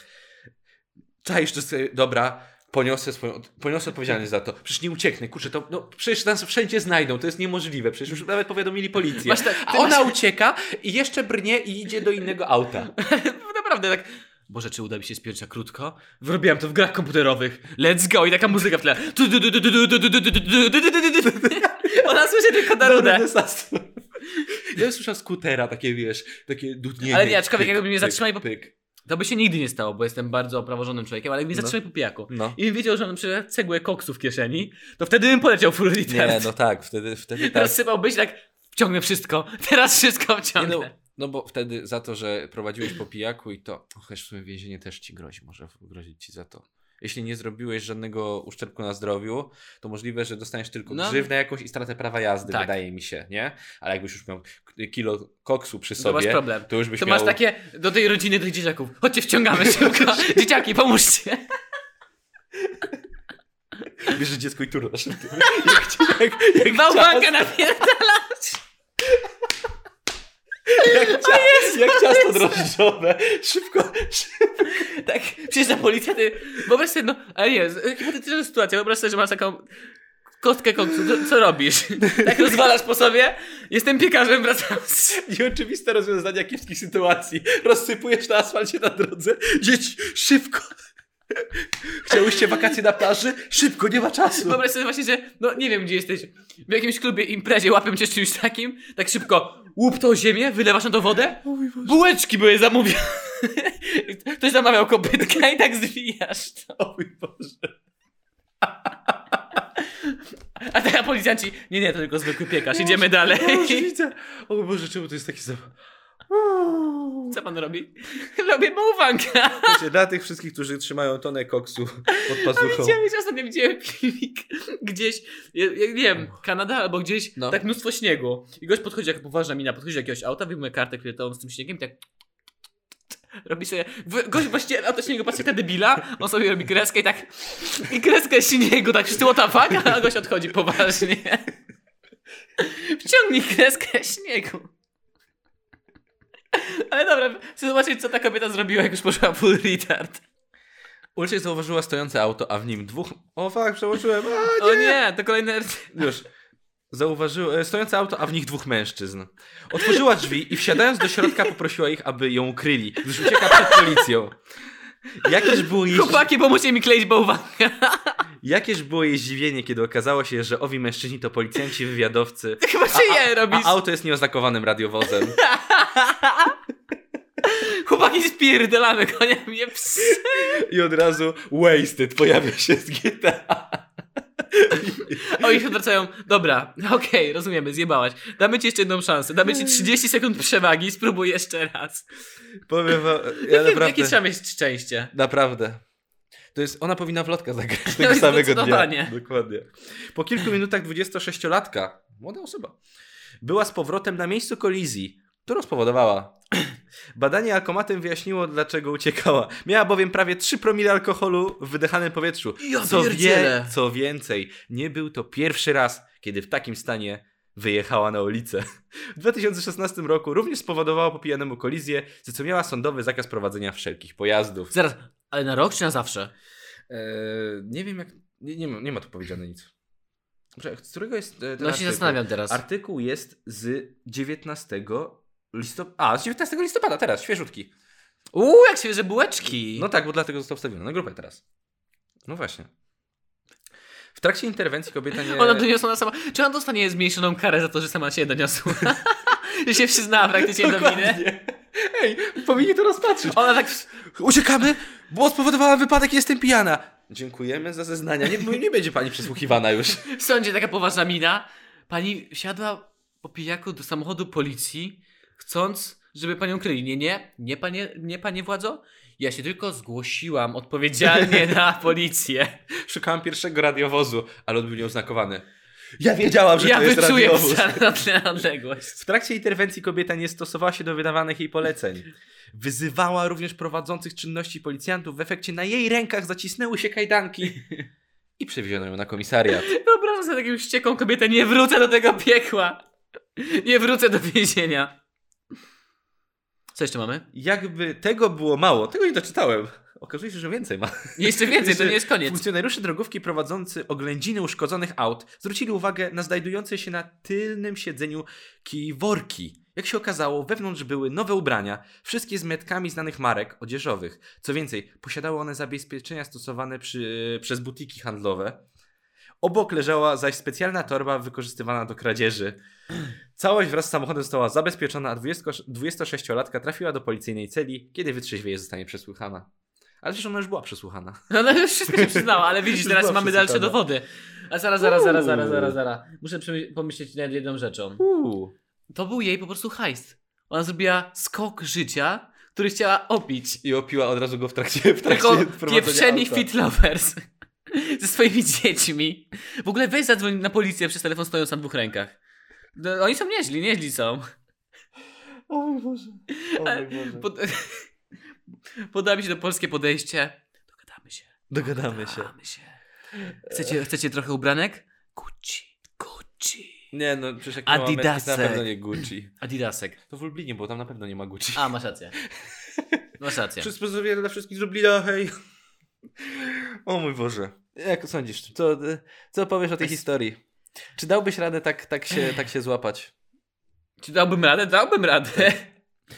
Czaisz, że sobie, dobra, poniosę swoją... Poniosę odpowiedzialność za to. Przecież nie ucieknę, kurczę, to... No, przecież nas wszędzie znajdą, to jest niemożliwe. Przecież już nawet powiadomili policję. Masz tak- A ty ona ucieka i jeszcze brnie i idzie do innego auta. Naprawdę tak. Boże, czy uda mi się spiąć na krótko? Wyrobiłem to w grach komputerowych. Let's go! I taka muzyka w tle. Tu, du, du, du, du, du, du, du, du, du, du, du, du, du, du, du. Ona słyszy tylko Dobry Darudę. dysastr. Ja bym słyszał skutera, takie wiesz, takie dudnienie. Ale nie, aczkolwiek Pyk, jakby mnie pyk, zatrzymali, bo- Pyk. To by się nigdy nie stało, bo jestem bardzo praworządnym człowiekiem, ale jakby mnie No. zatrzymali po pijaku No. i bym wiedział, że mam przy cegłę koksu w kieszeni, to wtedy bym poleciał full retard. Nie, no tak, wtedy, wtedy tak. Rozsypałbyś tak, wciągnę wszystko, teraz wszystko Nie, wciągnę. no, no bo wtedy za to, że prowadziłeś po pijaku i to, chociaż w sumie więzienie też ci grozi, może grozić ci za to. Jeśli nie zrobiłeś żadnego uszczerbku na zdrowiu, to możliwe, że dostaniesz tylko No. grzywnę jakąś i stratę prawa jazdy, Tak. wydaje mi się, nie? Ale jakbyś już miał k- kilo koksu przy to masz sobie, problem. to już byś To miał... masz takie do tej rodziny tych dzieciaków. Chodźcie, wciągamy szybko. Dzieciaki, pomóżcie. Bierzesz dziecko i turlasz. jak, ci- jak, jak Bałwankę napierdalać. Jak, cia- jak ciasto drożdżowe. Szybko. Tak, przyjeżdża policja, ty... Wyobraź sobie, no, ale nie, z- hipotetyczna sytuacja, wyobraź sobie, że masz taką kostkę koksu, co, co robisz? Tak rozwalasz po sobie, jestem piekarzem, wracam z Nieoczywiste rozwiązania kiepskich sytuacji. Rozsypujesz na asfalcie na drodze. Dzieci, szybko. Chciałyście wakacje na plaży? Szybko, nie ma czasu. Wyobraź sobie właśnie, że no nie wiem gdzie jesteś, w jakimś klubie, imprezie, łapią cię z czymś takim, tak szybko łup tą ziemię, wylewasz na to wodę, bułeczki były zamówione. Ktoś zamawiał kopytkę i tak zwijasz to. O mój Boże. A teraz policjanci, nie, nie, to tylko zwykły piekarz, idziemy dalej. O, już widzę. O mój Boże, czemu to jest taki zapach? Co pan robi? Robię bałwanka. Wiecie, Dla tych wszystkich, którzy trzymają tonę koksu pod pazuchą. Widziałem, wiecie, ostatnio widziałem filmik gdzieś, ja, ja, nie wiem, Kanada albo gdzieś, No. tak mnóstwo śniegu. I gość podchodzi, jak poważna mina, podchodzi do jakiegoś auta, wyjmuje kartę kredytową z tym śniegiem i tak robi sobie, w- gość właśnie auto śniegu patrzy jak na debila, on sobie robi kreskę i tak, i kreskę śniegu, tak wszyscy what the fuck, a gość odchodzi poważnie. Wciągnij kreskę śniegu. Ale dobra, chcę zobaczyć, co ta kobieta zrobiła, jak już poszła full retard. Uliczek zauważyła stojące auto, a w nim dwóch... O fuck, przełączyłem. A, O nie, to kolejne... Już. Zauważył e, stojące auto, a w nich dwóch mężczyzn. Otworzyła drzwi i wsiadając do środka poprosiła ich, aby ją ukryli, gdyż ucieka przed policją. Jakież było jej, Chłopaki, pomóżcie mi kleić bałwankę. jakież było jej zdziwienie, kiedy okazało się, że owi mężczyźni to policjanci, wywiadowcy, Chyba się je robisz. a auto jest nieoznakowanym radiowozem. Chłopaki, spierdolamy konia mnie psy. I od razu wasted pojawia się z GTA. Oni się odwracają. Dobra, okej, rozumiemy, zjebałaś. Damy ci jeszcze jedną szansę. Damy ci 30 sekund przewagi, spróbuj jeszcze raz. Powiem wam, ja Jakie, jakie naprawdę... trzeba mieć szczęście? Naprawdę. To jest, ona powinna w lotka zagrać tego jest samego zdecydowanie. dnia. Dokładnie. Po kilku minutach 26-latka, młoda osoba, była z powrotem na miejscu kolizji, którą spowodowała. Badanie alkomatem wyjaśniło, dlaczego uciekała. Miała bowiem prawie 3 promile alkoholu w wydechanym powietrzu. Ja Co, pierdzielę. co więcej, nie był to pierwszy raz, kiedy w takim stanie wyjechała na ulicę. W 2016 roku również spowodowała po pijanemu kolizję, za co miała sądowy zakaz prowadzenia wszelkich pojazdów. Zaraz, ale na rok czy na zawsze? No Eee, nie wiem jak... Nie, nie, ma, nie ma tu powiedziane nic. Prze- Z którego jest e, ten No się artykuł? zastanawiam teraz. Artykuł jest z 19 listopada. A, z 19 listopada, teraz, świeżutki. Uuu, jak świeże bułeczki. No tak, bo dlatego został wstawiony na grupę teraz. No właśnie. W trakcie interwencji kobieta nie... Ona doniosła na sama. Czy ona dostanie zmniejszoną karę za to, że sama się doniosła? że się przyznała praktycznie do winy? Dokładnie. Ej, powinni to rozpatrzyć. Ona tak. Uciekamy, bo spowodowała wypadek, jestem pijana. Dziękujemy za zeznania. Nie, nie będzie pani przesłuchiwana już. W sądzie taka poważna mina. Pani siadła po pijaku do samochodu policji, chcąc, żeby panią kryli. Nie, nie, nie panie, nie panie władzo. Ja się tylko zgłosiłam odpowiedzialnie na policję. Szukałam pierwszego radiowozu, ale on był nieoznakowany. Ja wiedziałam, że ja to jest wyczuję radiowóz. na odległość. W trakcie interwencji kobieta nie stosowała się do wydawanych jej poleceń. Wyzywała również prowadzących czynności policjantów. W efekcie na jej rękach zacisnęły się kajdanki i przewieziono ją na komisariat. Wyobrażam sobie taką ścieką kobietę. Nie wrócę do tego piekła. Nie wrócę do więzienia. Co jeszcze mamy? Jakby tego było mało, tego nie doczytałem. Okazuje się, że więcej ma. Jeszcze więcej, to Jeszcze nie jest koniec. Funkcjonariusze drogówki prowadzący oględziny uszkodzonych aut zwrócili uwagę na znajdujące się na tylnym siedzeniu kiworki. Jak się okazało, wewnątrz były nowe ubrania, wszystkie z metkami znanych marek odzieżowych. Co więcej, posiadały one zabezpieczenia stosowane przy, przez butiki handlowe. Obok leżała zaś specjalna torba wykorzystywana do kradzieży. Całość wraz z samochodem została zabezpieczona, a 20 26-latka trafiła do policyjnej celi, kiedy wytrzeźwieje zostanie przesłuchana. Ale przecież ona już była przesłuchana. No ale wszystko się przyznała, ale widzisz, Już teraz była mamy dalsze przesycona. dowody. A zaraz, zaraz, zaraz, zaraz, Uuu. zaraz, zaraz. Muszę przemy- pomyśleć nad jedną rzeczą. Uuu. To był jej po prostu hajs. Ona zrobiła skok życia, który chciała opić. I opiła od razu go w trakcie, w trakcie Tylko prowadzenia pieprzeni auta. fit lovers. Ze swoimi dziećmi. W ogóle weź zadzwoń na policję przez telefon stojąc na dwóch rękach. No, oni są nieźli, nieźli są. O mój Boże. O mój Boże. Pod... Podoba mi się to polskie podejście. Dogadamy się. Dogadamy się. się. Chcecie, chcecie trochę ubranek? Gucci, Gucci. Nie no, przecież jak miała metki, to na na Adidasek. pewno pewno nie Gucci. Adidasek. To w Lublinie, bo tam na pewno nie ma Gucci. A, masz rację. Masz rację. Wszystko zrobię dla wszystkich z Lublina, hej. O mój Boże. Jak sądzisz, co, co powiesz o tej historii? Czy dałbyś radę tak, tak, się, tak się złapać? Czy dałbym radę? Dałbym radę.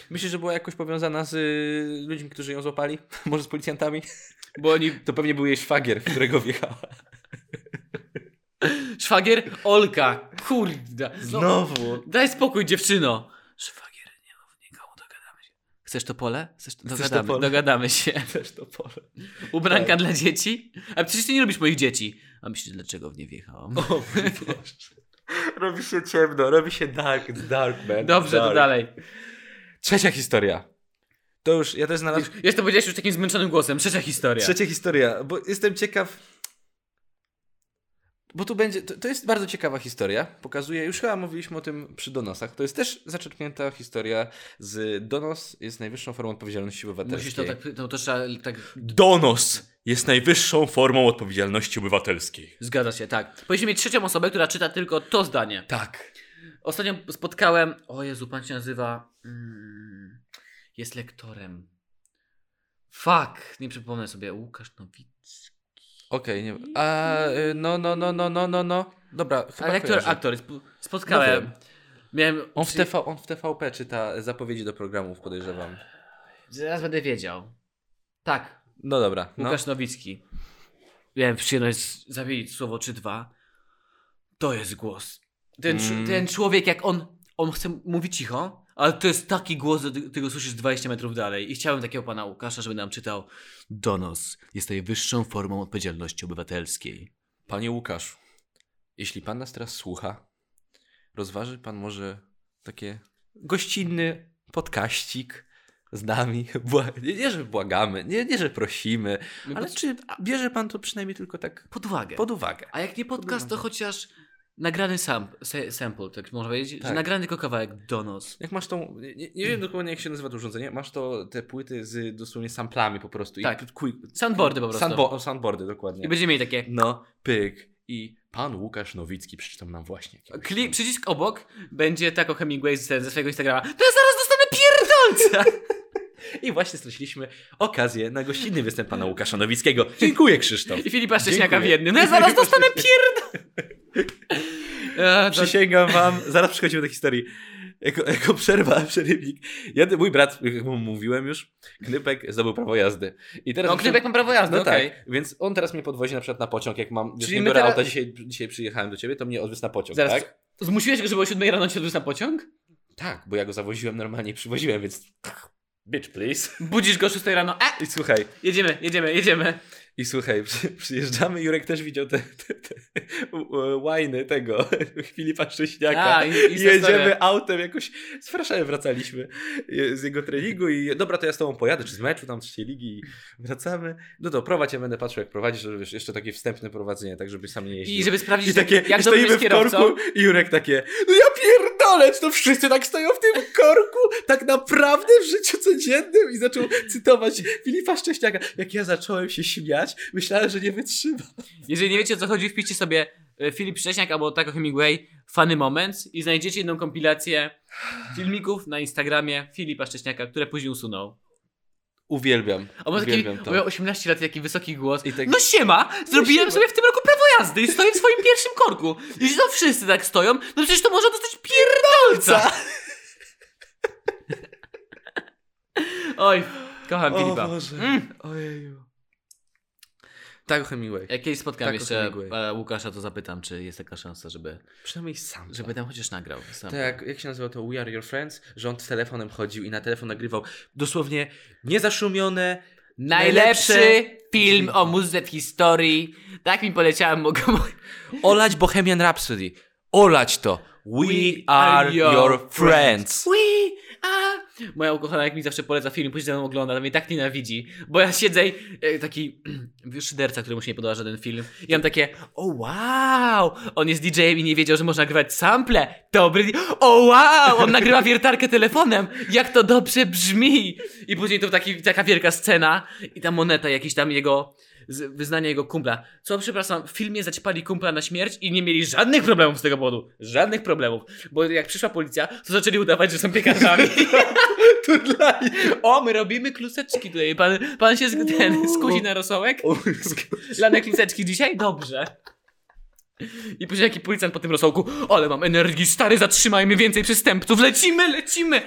Myślisz, że była jakoś powiązana z y, ludźmi, którzy ją złapali? Może z policjantami? Bo oni... To pewnie był jej szwagier, w którego wjechała. Szwagier Olka. Kurde. No, Znowu. daj spokój, dziewczyno. Szwagier nie mów nikomu, dogadamy się. Chcesz to pole? Tak. Chcesz to... Chcesz to Dogadamy, pole? dogadamy się. Też to pole. Ubranka dla dzieci? A przecież ty nie lubisz moich dzieci. A myślisz, dlaczego w nie wjechałam? O mój Boże. Robi się ciemno, robi się dark, it's dark man. Dobrze, dark. to dalej. Trzecia historia. To już, ja też znalazłem. Jeszcze powiedziałeś już takim zmęczonym głosem. Trzecia historia. Trzecia historia, bo jestem ciekaw. Bo tu będzie, to, to jest bardzo ciekawa historia. Pokazuje, już chyba mówiliśmy o tym przy donosach. To jest też zaczerpnięta historia z donos jest najwyższą formą odpowiedzialności obywatelskiej. Musisz to tak, no to trzeba tak, Donos jest najwyższą formą odpowiedzialności obywatelskiej. zgadza się, tak. Powinniśmy mieć trzecią osobę, która czyta tylko to zdanie. Tak. Ostatnio spotkałem, o Jezu, pan się nazywa, mm, jest lektorem. Fuck, nie przypomnę sobie, Łukasz Nowicki. Okej, nie. A y, no, no, no, no, no, no, no. Dobra, chyba Ale lektor, kojarzę. aktor, sp- spotkałem. No wiem. Miałem, On w, przy- TV, on w TVP czyta zapowiedzi do programów, podejrzewam. zaraz będę wiedział. Tak, No dobra. No. Łukasz Nowicki. Miałem przyjemność zamienić słowo czy dwa. To jest głos. Ten, czu- Mm. ten człowiek, jak on, on chce mówić cicho, ale to jest taki głos, że ty, ty go słyszysz 20 metrów dalej. I chciałem takiego pana Łukasza, żeby nam czytał Donos jest najwyższą formą odpowiedzialności obywatelskiej. Panie Łukasz, jeśli pan nas teraz słucha, rozważy pan może takie gościnny podkaścik z nami. Bła- nie, nie, że błagamy, nie, nie, że prosimy, ale Ale czy bierze pan to przynajmniej tylko tak pod uwagę. No pod uwagę? A jak nie podcast, to chociaż Nagrany sam, se, sample, tak można powiedzieć, Tak. że nagrany tylko kawałek donos. Jak masz tą. Nie, nie wiem dokładnie, jak się nazywa to urządzenie. Masz to te płyty z dosłownie samplami po prostu. Tak. I kuj, Soundboardy po prostu. sandbo, o, soundboardy, dokładnie. I będziemy mieli takie. No, pyk. I pan Łukasz Nowicki przeczytał nam właśnie. Kli, przycisk obok będzie tak o Hemingway ze, ze swojego Instagrama. To ja zaraz dostanę pierdolca! I właśnie straciliśmy okazję na gościnny występ pana Łukasza Nowickiego. Dziękuję, Krzysztof. I Filipa Szcześniaka w Dziękuję. jednym. To ja zaraz dostanę pierdolca! E, to- Przysięgam wam, zaraz przechodzimy do historii. Jako, jako przerwa, przerywnik. Ja, mój brat, jak mu mówiłem już, Knypek zdobył prawo jazdy. I teraz No, Klybek ma prawo jazdy, No okej. tak, więc on teraz mnie podwozi na przykład na pociąg, jak mam, wiesz, Czyli nie my biorę teraz- auta, dzisiaj, dzisiaj przyjechałem do ciebie, to mnie odwiózł na pociąg, Zaraz. tak? Zmusiłeś go, żeby o 7 rano cię odwiózł na pociąg? Tak, bo ja go zawoziłem normalnie i przywoziłem, więc Tak, bitch please. Budzisz go o 6 rano. E, I słuchaj, jedziemy, jedziemy, jedziemy. i słuchaj, przy, przyjeżdżamy, Jurek też widział te, te, te łajny tego Filipa Szcześniaka. A, i, Tak, i I story. jedziemy autem jakoś, z Warszawy wracaliśmy e, z jego treningu i dobra, to ja z tobą pojadę, czy z meczu tam trzeciej ligi i wracamy. No to prowadź, ja będę patrzył jak prowadzisz, żeby wiesz, jeszcze takie wstępne prowadzenie, tak żeby sam nie jeździł. I żeby sprawdzić, I takie, jak i dobrze stoimy jest w korku kierowcą. i Jurek takie, no ja pierdolę, czy to wszyscy tak stoją w tym korku, tak naprawdę w życiu codziennym i zaczął cytować Filipa Szcześniaka. Jak ja zacząłem się śmiać, myślałem, że nie wytrzyma. Jeżeli nie wiecie o co chodzi, wpiszcie sobie e, Filip Szcześniak albo Taco Hemingway Funny Moments i znajdziecie jedną kompilację filmików na Instagramie Filipa Szcześniaka, które później usunął. Uwielbiam, A może taki, uwielbiam to. miał 18 lat, taki wysoki głos. I tak- No siema, zrobiłem siema. sobie w tym roku prawo jazdy i stoję w swoim pierwszym korku. Jeśli to wszyscy tak stoją, no przecież to może dostać pierdolca. Tak, Oj, kocham Filipa. Mm. ojeju. Tak, Hemingway. Jak kiedyś spotkam Taco jeszcze Hemingway. e, Łukasza, to zapytam, czy jest taka szansa, żeby, Przynajmniej sam. żeby tam chociaż nagrał. Sam. Tak, jak się nazywa to We Are Your Friends? Rząd telefonem chodził i na telefon nagrywał dosłownie niezaszumione, Najlepszy film o muzyce w historii. Tak mi poleciałem, mogę. Olać Bohemian Rhapsody. Olać to. We, are, your, friends. We are... Moja ukochana, jak mi zawsze poleca film, później ze mną ogląda, ale mnie tak nienawidzi, bo ja siedzę i, e, taki wiesz, szyderca, któremu się nie podoba żaden film. I mam takie, o wow, on jest DJ-em i nie wiedział, że można nagrywać sample. Dobry, o wow, on nagrywa wiertarkę telefonem, jak to dobrze brzmi. I później to taki, taka wielka scena i ta moneta, jakiś tam jego z, wyznanie jego kumpla. Co, przepraszam, w filmie zaćpali kumpla na śmierć i nie mieli żadnych problemów z tego powodu. Żadnych problemów. Bo jak przyszła policja, to zaczęli udawać, że są piekarzami. To dla o, my robimy kluseczki tutaj. Pan, pan się z, ten, skusi na rosołek? Lane kluseczki dzisiaj? Dobrze. I później jaki policjant po tym rosołku Ale mam energii, stary, zatrzymajmy więcej przestępców Lecimy, lecimy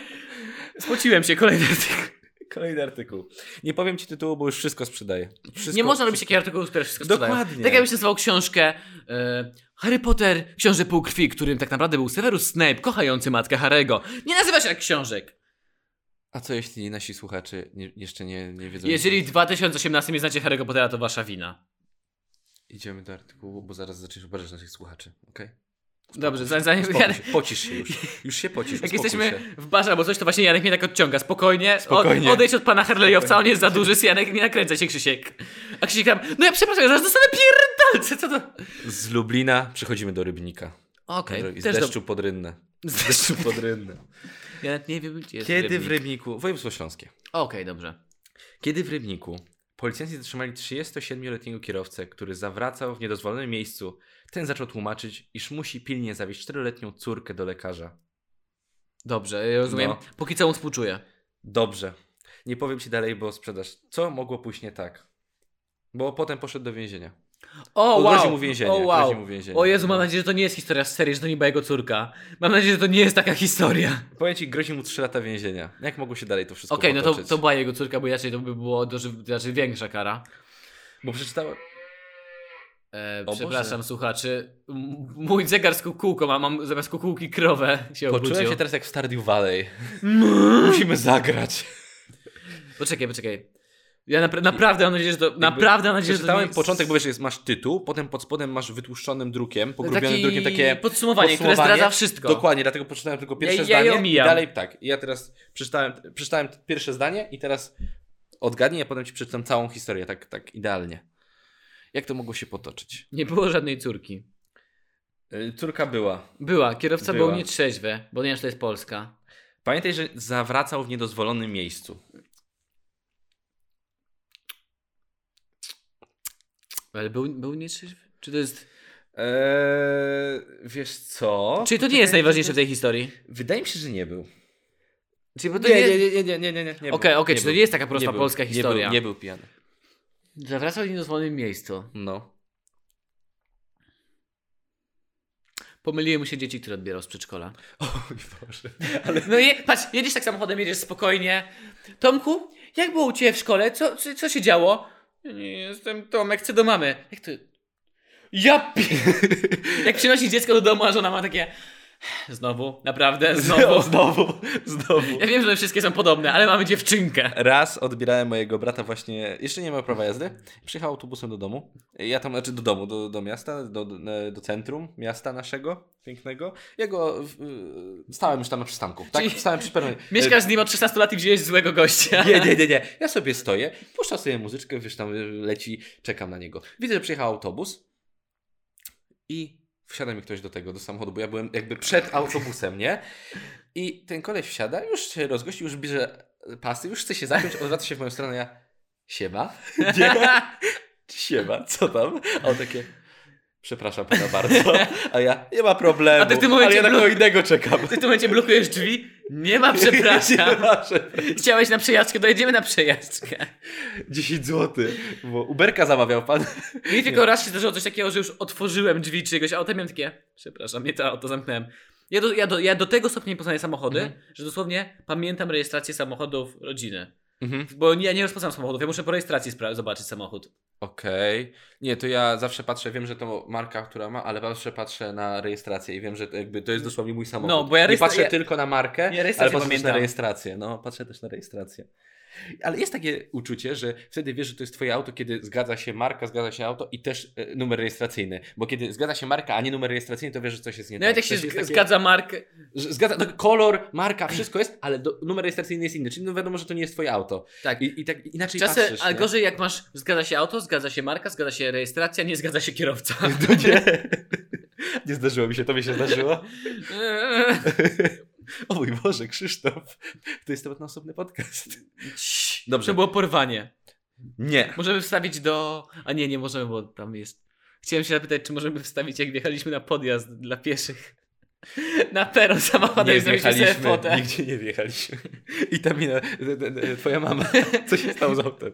Spociłem się, kolejny artykuł Kolejny artykuł. Nie powiem ci tytułu, bo już wszystko sprzedaję. Wszystko, Nie można robić takiego artykułu, które wszystko sprzedają. Dokładnie. Tak jakbyś nazywał książkę e, Harry Potter, książę półkrwi, którym tak naprawdę był Severus Snape, kochający matkę Harego. Nie nazywa się tak książek. A co jeśli nasi słuchacze nie, jeszcze nie, nie wiedzą? Jeżeli w 2018 nie znacie Harry'ego Pottera, to wasza wina. Idziemy do artykułu, bo zaraz zaczniesz obrażać naszych słuchaczy. Okay? Dobrze, zanim, zanim Spokój się, pocisz się już. Już się pocisz. jak uspokój jesteśmy Się. w barze albo coś, to właśnie Janek mnie tak odciąga. Spokojnie, Spokojnie. Od, odejdź od pana Harley'owca, on jest za duży, Janek, nie nakręca się Krzysiek. A Krzysiek tam, no ja przepraszam, ja zaraz dostanę pierdolce, co to? Z Lublina przechodzimy do Rybnika. Okej, z też deszczu pod Rynnę. Z deszczu pod Rynnę. dobrze. Ja nawet nie wiem, gdzie jest Kiedy w Rybnik. Rybniku... Województwo Śląskie. Okej, dobrze. Kiedy w Rybniku policjanci zatrzymali 37-letniego kierowcę, który zawracał w niedozwolonym miejscu, ten zaczął tłumaczyć, iż musi pilnie zawieźć 4-letnią córkę do lekarza. Dobrze, ja rozumiem. No. Póki co mu współczuję. Dobrze. Nie powiem ci dalej, bo sprzedasz. Co mogło pójść nie tak? Bo potem poszedł do więzienia. O, Grozi wow. mu więzienie, O, wow. grozi mu więzienie. o Jezu, mam nadzieję, że to nie jest historia z serii, że to nie była jego córka. Mam nadzieję, że to nie jest taka historia. Okej, Powiem ci, grozi mu 3 lata więzienia. Jak mogło się dalej to wszystko no to, potoczyć? to była jego córka, bo inaczej to by było doży- znaczy większa kara. Bo przeczytałem... E, Boże. przepraszam, słuchaczy. M- Mój zegar z kukułką, a mam zamiast kukułki krowę się Poczułem obudził. się teraz jak w Stardew Valley. Musimy zagrać. Poczekaj, poczekaj. Ja napra- naprawdę mam nadzieję, że to... naprawdę mam nadzieję, że to nie Przeczytałem jest... początek, bo wiesz, jest, masz tytuł, potem pod spodem masz wytłuszczonym drukiem, pogrubionym Taki drukiem takie podsumowanie, które zdradza wszystko. Dokładnie, dlatego poczytałem tylko ja pierwsze je zdanie omijam. i dalej tak. I ja teraz przeczytałem, przeczytałem pierwsze zdanie i teraz odgadnij, a potem ci przeczytam całą historię, tak, tak idealnie. Jak to mogło się potoczyć? Nie było żadnej córki. Y, Córka była. Była, kierowca Była. był nietrzeźwy, bo nie wiem, czy to jest Polska. Pamiętaj, że zawracał w niedozwolonym miejscu. Ale był, był nietrzeźwy? Czy to jest... Eee, E, wiesz co? Czyli to nie jest najważniejsze w tej historii? Wydaje mi się, że nie był. Czyli bo to Nie, nie, nie, nie, nie, nie, nie. nie był. Okej, okej, Nie czy to był. nie jest taka prosta był. polska historia? Nie był, nie był pijany. Zawracał w niedozwolonym miejscu. No. Pomyliły mu się dzieci, które odbierał z przedszkola. Oj Boże. No i patrz, jedziesz tak samochodem, jedziesz spokojnie. Tomku, jak było u Ciebie w szkole? Co, co, co się działo? Nie jestem Tomek, chcę do mamy. Jak ty? Ja pi... Jak przynosi dziecko do domu, a żona ma takie... Znowu, naprawdę, znowu. znowu, znowu. Ja wiem, że one wszystkie są podobne, ale mamy dziewczynkę. Raz odbierałem mojego brata właśnie, jeszcze nie miał prawa jazdy, przyjechał autobusem do domu, ja tam, znaczy do domu, do, do miasta, do, do centrum miasta naszego, pięknego. Ja go, y, stałem już tam na przystanku, tak? Czyli- Stałem przy peronie. Mieszkasz z nim od 16 lat i wziąłeś złego gościa. Nie, nie, nie, nie. Ja sobie stoję, puszczam sobie muzyczkę, wiesz, tam y, leci, czekam na niego. Widzę, że przyjechał autobus i wsiada mi ktoś do tego, do samochodu, bo ja byłem jakby przed autobusem, nie? I ten koleś wsiada, już się rozgości, już bierze pasy, już chce się zapiąć, odwraca się w moją stronę, ja siema, nie? siema, co tam? A on takie... Przepraszam pana bardzo, a ja nie ma problemu, A ty w tym momencie ale ja na blu- kogo innego czekam. Ty w tym momencie blokujesz drzwi? Nie ma przepraszam. Przepraszam. Chciałeś na przejażdżkę, dojedziemy na przejażdżkę. 10 zł, bo Uberka zamawiał pan. Mi tylko raz się zdarzyło coś takiego, że już otworzyłem drzwi czyjegoś auta, miałem takie, przepraszam, nie to auto zamknąłem. Ja do, ja do, ja do tego stopnia nie poznaję samochody, Mhm. że dosłownie pamiętam rejestrację samochodów rodziny. Mhm. Bo nie, ja nie rozpoznam samochodów, ja muszę po rejestracji spra- zobaczyć samochód. Tak, Okej. Nie, to ja zawsze patrzę, wiem, że to marka, która ma, ale zawsze patrzę na rejestrację i wiem, że to, jakby to jest dosłownie mój samochód. No, bo ja Nie rejestr- patrzę ja- tylko na markę, Ja rejestrację ale patrzę też na pamiętam. rejestrację. No, patrzę też na rejestrację. Ale jest takie uczucie, że wtedy wiesz, że to jest twoje auto, kiedy zgadza się marka, zgadza się auto i też e, numer rejestracyjny. Bo kiedy zgadza się marka, a nie numer rejestracyjny, to wiesz, że coś jest nie Nawet jak tak. No się Też zg- jest takie- zgadza mark, że Zgadza, no, kolor, marka, wszystko jest, ale do, numer rejestracyjny jest inny, czyli no wiadomo, że to nie jest twoje auto. tak. I, i tak inaczej Czasem, patrzysz. a nie? gorzej jak masz, zgadza się auto, zgadza się marka, zgadza się rejestracja, nie zgadza się kierowca. No nie. Nie zdarzyło mi się, to mi się zdarzyło. O mój Boże, Krzysztof, to jest temat na osobny podcast. Dobrze. To było porwanie. Nie. Możemy wstawić do... A nie, nie możemy, bo tam jest... Chciałem się zapytać, czy możemy wstawić, jak wjechaliśmy na podjazd dla pieszych. Na peron samochodem i zrobiliśmy sobie fotę. nigdzie nie wjechaliśmy. I tam mina, d- d- d- twoja mama, co się stało z autem?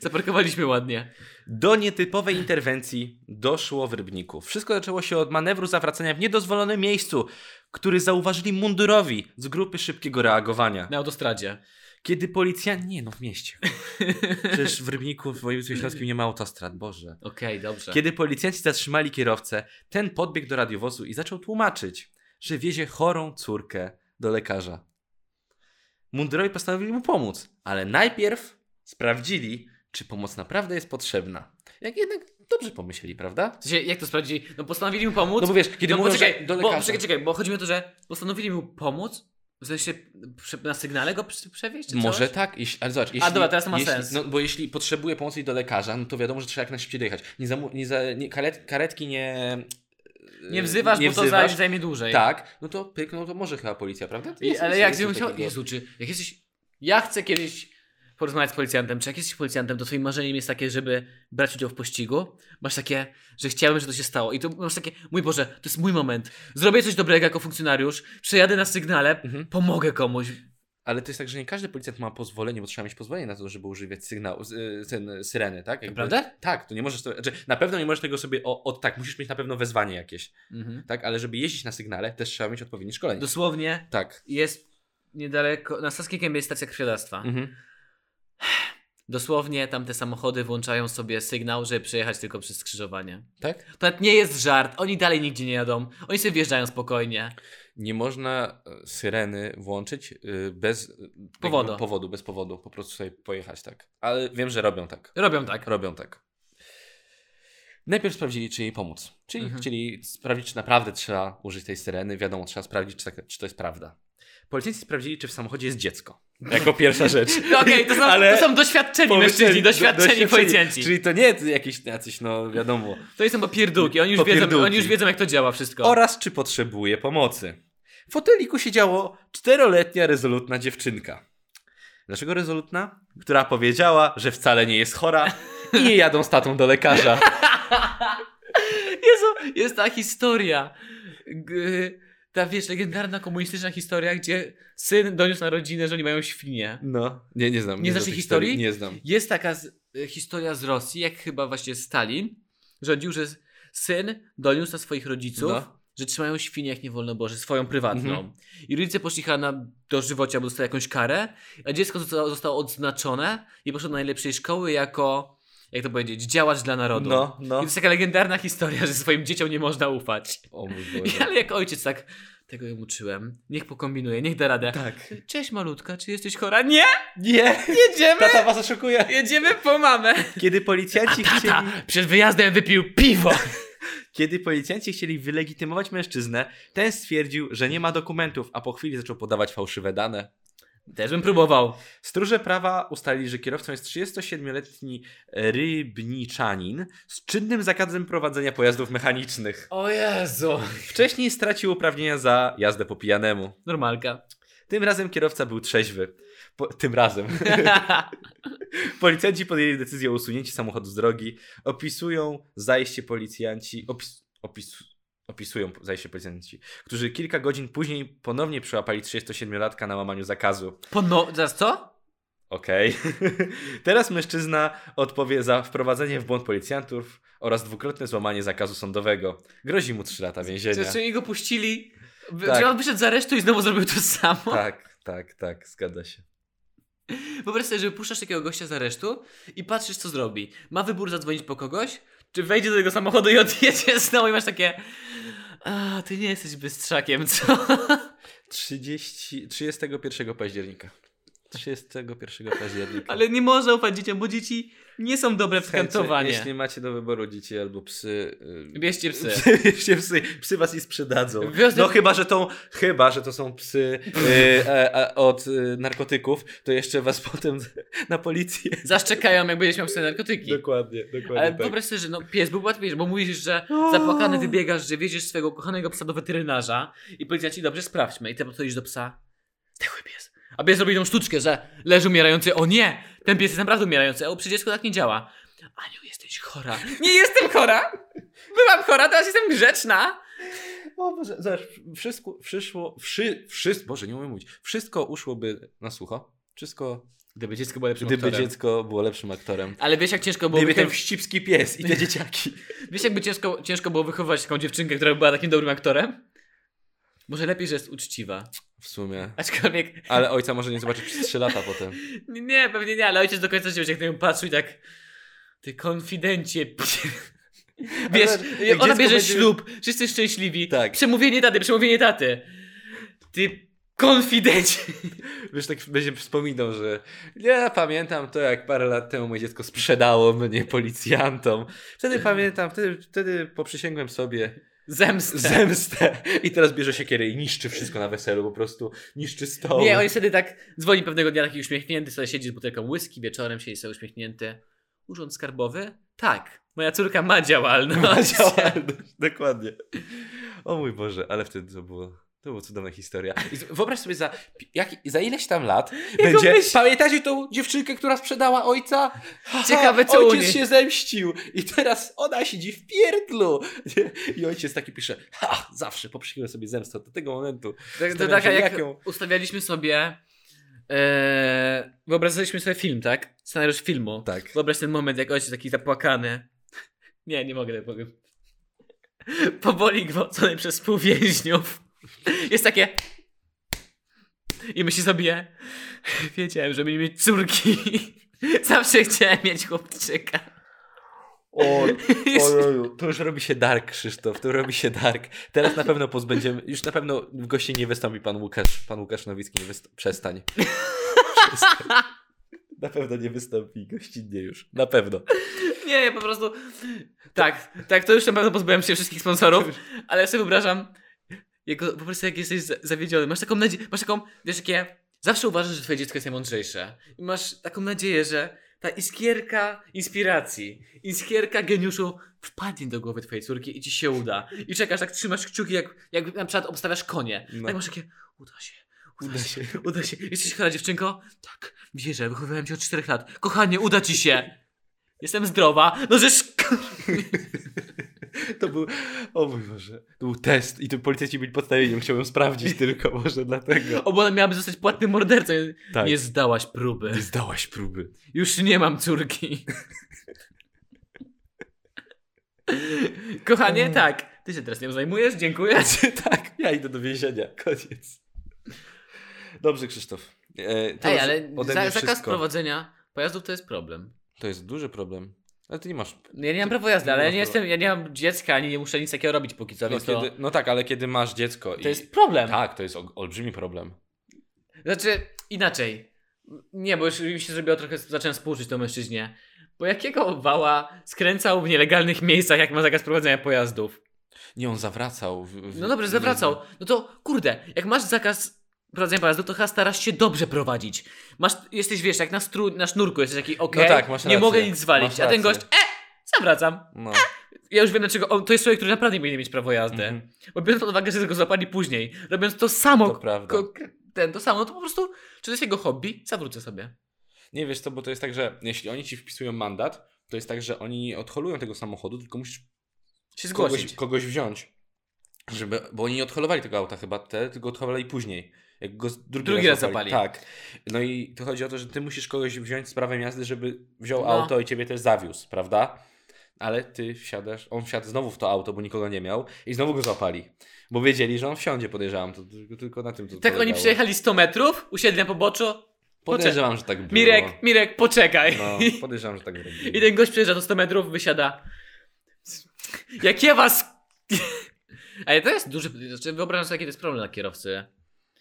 Zaparkowaliśmy ładnie. Do nietypowej interwencji doszło w Rybniku. Wszystko zaczęło się od manewru zawracania w niedozwolonym miejscu, który zauważyli mundurowi z grupy szybkiego reagowania. Na autostradzie. Kiedy policjanci... Nie, no w mieście. Przecież w Rybniku w województwie śląskim nie ma autostrad, Boże. Okej, dobrze. Kiedy policjanci zatrzymali kierowcę, ten podbiegł do radiowozu i zaczął tłumaczyć, że wiezie chorą córkę do lekarza. Mundurowi postanowili mu pomóc, ale najpierw sprawdzili, czy pomoc naprawdę jest potrzebna. Jak jednak dobrze pomyśleli, prawda? W sensie, jak to sprawdzili? No postanowili mu pomóc. No bo wiesz, kiedy no, mówią, poczekaj, że do bo, lekarza... poczekaj, czekaj, bo chodzi mi o to, że postanowili mu pomóc, w sensie prze- na sygnale go prze- przewieźć? Czy coś? Może tak, jeśli, ale zobacz, jeśli, dobra, teraz to ma jeśli, sens. No, bo jeśli potrzebuje pomocy i do lekarza, no to wiadomo, że trzeba jak najszybciej dojechać. Nie zamu, nie za, nie, karet, karetki nie... Nie wzywasz, bo to wzywasz. zaj- zajmie dłużej. Tak, no to pyk, no to może chyba policja, prawda? To I, jest- ale jest- jak jest gdybym coś chciał. takiego. Jezu, czy jak jesteś. Ja chcę kiedyś porozmawiać z policjantem. Czy jak jesteś policjantem, to twoim marzeniem jest takie, żeby brać udział w pościgu? Masz takie, że chciałbym, żeby to się stało. I to masz takie, mój Boże, to jest mój moment. Zrobię coś dobrego jako funkcjonariusz, przejadę na sygnale, Mhm. pomogę komuś. Ale to jest tak, że nie każdy policjant ma pozwolenie, bo trzeba mieć pozwolenie na to, żeby używać sygnału, z- y, ten, syreny, tak? Jakby- Naprawdę? Tak, to nie możesz, to, znaczy, na pewno nie możesz tego sobie, o, o, tak, musisz mieć na pewno wezwanie jakieś, tak? Ale żeby jeździć na sygnale, też trzeba mieć odpowiednie szkolenie. Dosłownie Tak. jest niedaleko, na Saskiej Kębie jest stacja krwiodawstwa. Mhm. Dosłownie tam te samochody włączają sobie sygnał, żeby przejechać tylko przez skrzyżowanie. Tak? To nawet nie jest żart, oni dalej nigdzie nie jadą. Oni sobie wjeżdżają spokojnie. Nie można e, syreny włączyć y, bez y, jakby Powodu. powodu, bez powodu, po prostu sobie pojechać tak. Ale wiem, że robią tak. Robią tak. Robią tak. Najpierw sprawdzili, czy jej pomóc. Czyli Mhm. chcieli sprawdzić, czy naprawdę trzeba użyć tej syreny. Wiadomo, trzeba sprawdzić, czy, tak, czy to jest prawda. Policjanci sprawdzili, czy w samochodzie jest dziecko. Jako pierwsza rzecz. No Okej, to, są- Ale- to są doświadczeni mężczyźni, doświadczeni policjanci. Czyli to nie jakieś jacyś, no wiadomo. To nie są popierdółki, oni już, wiedzą, Popierdółki. oni już wiedzą jak to działa wszystko. Oraz czy potrzebuje pomocy. W foteliku siedziało czteroletnia rezolutna dziewczynka. Dlaczego rezolutna? Która powiedziała, że wcale nie jest chora i nie jadą z tatą do lekarza. Jezu, jest ta historia. G- Ta, wiesz, legendarna komunistyczna historia, gdzie syn doniósł na rodzinę, że oni mają świnie. No, nie, nie znam. Nie znasz znam tej tej historii? Nie znam. Jest taka z, y, historia z Rosji, jak chyba właśnie Stalin rządził, że s- syn doniósł na swoich rodziców, No. że trzymają świnię jak nie wolno Boże, swoją prywatną. Mhm. I rodzice poszli chyba na dożywocie, albo dostali jakąś karę, a dziecko zostało, zostało odznaczone i poszło do najlepszej szkoły jako, jak to powiedzieć, działacz dla narodu. No, I no. to jest taka legendarna historia, że swoim dzieciom nie można ufać. O mój I, ale jak ojciec tak, tego ją uczyłem, niech pokombinuje, niech da radę. Tak. Cześć malutka, czy jesteś chora? Nie, Nie! jedziemy, Tata was oszukuje. jedziemy po mamę. Kiedy policjanci Tata, chcieli... przed wyjazdem wypił piwo. Kiedy policjanci chcieli wylegitymować mężczyznę, ten stwierdził, że nie ma dokumentów, a po chwili zaczął podawać fałszywe dane. Też bym próbował. Stróże prawa ustalili, że kierowcą jest 37-letni rybniczanin z czynnym zakazem prowadzenia pojazdów mechanicznych. O Jezu. Wcześniej stracił uprawnienia za jazdę po pijanemu. Normalka. Tym razem kierowca był trzeźwy. Po, tym razem. Policjanci podjęli decyzję o usunięciu samochodu z drogi. Opisują zajście policjanci. Opis, opis, opisują zajście policjanci, którzy kilka godzin później ponownie przyłapali 37-latka na łamaniu zakazu. Pono... no, Zaraz co? Okej. Teraz mężczyzna odpowie za wprowadzenie w błąd policjantów oraz dwukrotne złamanie zakazu sądowego. Grozi mu 3 lata więzienia. Czy, czy go puścili? By- Tak. Czy on wyszedł z aresztu i znowu zrobił to samo? Tak, tak, tak, zgadza się. Wyobraź sobie, że puszczasz takiego gościa z aresztu i patrzysz, co zrobi. Ma wybór zadzwonić po kogoś, czy wejdzie do tego samochodu i odjedzie znowu i masz takie... A, ty nie jesteś bystrzakiem, co? 30, 31 października. 31 października. Ale nie można ufać dzieciom, bo dzieci nie są dobre w Słuchajcie, kantowanie. Jeśli macie do wyboru dzieci albo psy. y, Bierzcie psy. Bierzcie psy. Psy was i sprzedadzą. Wiosny- No chyba, że to, chyba, że to są psy y, e, a, od y, narkotyków, to jeszcze was potem na policję. Zaszczekają, jak będziesz miał psy narkotyki. Dokładnie, dokładnie. Ale tak. wyobraź sobie, że no, pies był łatwiejszy, bo mówisz, że zapłakany wybiegasz, że wiedziesz swojego kochanego psa do weterynarza i powiedzieć ci, dobrze, sprawdźmy. I ty podchodzisz do psa, zdechły pies. A pies robi tą sztuczkę, że leży umierający, o nie, ten pies jest naprawdę umierający, o przy dziecku tak nie działa. Aniu, jesteś chora. Nie jestem chora! Byłam chora, teraz jestem grzeczna! O Boże, zobacz, wszystko przyszło, wszy, wszystko, Boże, nie umiem mówić, wszystko uszłoby na sucho, wszystko, Gdyby dziecko było lepszym gdyby aktorem. dziecko było lepszym aktorem. Ale wiesz jak ciężko było, Gdyby ten wycho- wścibski pies i te dzieciaki. wiesz, jakby ciężko, ciężko było wychować taką dziewczynkę, która była takim dobrym aktorem? Może lepiej, że jest uczciwa. W sumie. Aczkolwiek Ale ojca może nie zobaczyć przez 3 lata potem. Nie, nie, pewnie nie, ale ojciec do końca życia będzie jak na nią patrzył i tak. Ty konfidencie. pie- Wiesz, Ale jak ona dziecko bierze będzie- ślub, wszyscy szczęśliwi. Tak. Przemówienie taty, przemówienie taty. Ty konfidencie. Wiesz, tak będzie wspominał, że ja pamiętam to, jak parę lat temu moje dziecko sprzedało mnie policjantom. Wtedy pamiętam, wtedy, wtedy poprzysięgłem sobie Zemstę. zemstę i teraz bierze siekierę i niszczy wszystko na weselu, po prostu niszczy stoły. Nie, on jest wtedy tak, dzwoni pewnego dnia taki uśmiechnięty, sobie siedzi z butelką whisky, wieczorem siedzi sobie uśmiechnięty. Urząd skarbowy? Tak, moja córka ma działalność. Ma działalność, dokładnie. O mój Boże, ale wtedy to było... To była cudowna historia. I z- wyobraź sobie, za, pi- jak, za ileś tam lat będzie. myśl- Pamiętacie tą dziewczynkę, która sprzedała ojca? Ha, Ciekawe, co u Ojciec niej. się zemścił i teraz ona siedzi w pierdlu. Nie? I ojciec taki pisze: Ha, zawsze poprzykiłem sobie zemstę do tego momentu. Tak, to Zastanawiam taka się, jak jak ją- ustawialiśmy sobie. E, wyobrażaliśmy sobie film, tak? Scenariusz filmu. Tak. Wyobraź ten moment, jak ojciec taki zapłakany. Nie, nie mogę tego powiem. Powoli gwałcony przez współwięźniów. Jest takie. I myśli sobie. Wiedziałem, że będziemy mieć córki. Zawsze chciałem mieć chłopczyka. O, to już robi się dark, Krzysztof, to robi się dark. Teraz na pewno pozbędziemy, już na pewno w gości nie wystąpi pan Łukasz, pan Łukasz Nowicki, nie wyst... przestań. przestań. Na pewno nie wystąpi gościnnie już, na pewno. Nie, po prostu. Tak, tak, to już na pewno pozbyłem się wszystkich sponsorów, ale ja sobie wyobrażam. Jego, po prostu jak jesteś za- zawiedziony, masz taką nadzieję, masz taką, wiesz jakie, zawsze uważasz, że twoje dziecko jest najmądrzejsze. I masz taką nadzieję, że ta iskierka inspiracji, iskierka geniuszu wpadnie do głowy twojej córki i ci się uda. I czekasz, tak trzymasz kciuki, jak, jak na przykład obstawiasz konie. No. Tak masz takie, uda się. Uda Uda się, się. uda się. Jesteś chora dziewczynko? Tak, wierzę, wychowywałem cię od 4 lat. Kochanie, uda ci się. Jestem zdrowa. No żeż... To był, o mój Boże, to był test i tu policjanci byli podstawieni, chciałbym sprawdzić tylko, może dlatego. O, bo ona miałaby zostać płatnym mordercą. No. Tak. Nie zdałaś próby. Nie zdałaś próby. Już nie mam córki. Kochanie, tak. Ty się teraz nią zajmujesz, dziękuję. Mm. tak, ja idę do więzienia, koniec. Dobrze, Krzysztof. E, to Ej, już ale ode za, mnie zakaz wszystko. prowadzenia pojazdów to jest problem. To jest duży problem. Ale ty nie masz. Ja nie mam prawa jazdy, nie ale ja masz nie, jestem, ja nie mam dziecka, ani nie muszę nic takiego robić póki co, No, więc kiedy, no tak, ale kiedy masz dziecko. to, i... to jest problem. Tak, to jest ol- olbrzymi problem. Znaczy, inaczej. Nie, bo już mi się zrobiło trochę, zacząłem współczuć to mężczyźnie. Bo jakiego wała skręcał w nielegalnych miejscach, jak ma zakaz prowadzenia pojazdów? Nie, on zawracał. W, w, No dobrze, zawracał. No to kurde, jak masz zakaz prowadzenia pojazdów, to chyba starasz się dobrze prowadzić. Masz, jesteś, wiesz, jak na, stru, na sznurku, jesteś taki, okej, tak, masz nie rację. mogę nic zwalić. Masz A ten rację. gość, e, zawracam. No. Ja już wiem dlaczego, on, to jest człowiek, który naprawdę powinien mieć prawo jazdy. Mhm, Bo biorąc pod uwagę, że go złapali później, robiąc to samo, to prawda. ko- ten, to samo, to po prostu, czy to jest jego hobby? Zawrócę sobie. Nie wiesz co, bo to jest tak, że jeśli oni ci wpisują mandat, to jest tak, że oni nie odholują tego samochodu, tylko musisz Się kogoś, zgłosić. kogoś wziąć. Żeby, bo oni nie odholowali tego auta chyba te, tylko odholowali później. Jak go z- drugi, Drugi raz zapali. Tak. No i to chodzi o to, że ty musisz kogoś wziąć z prawem jazdy, żeby wziął No. auto i ciebie też zawiózł, prawda? Ale ty wsiadasz, on wsiadł znowu w to auto, bo nikogo nie miał i znowu go złapali. Bo wiedzieli, że on wsiądzie, podejrzewam. To, tylko- tylko na tym to Tak oni polegało. przejechali 100 metrów, usiedli na poboczu. Podejrzewam, że tak było. Mirek, Mirek, poczekaj. No, podejrzewam, że tak było. I ten gość przejeżdża to 100 metrów, wysiada. Jak ja was... Ale to jest duży... Znaczy, wyobrażam sobie, jaki to jest problem dla kierowcy.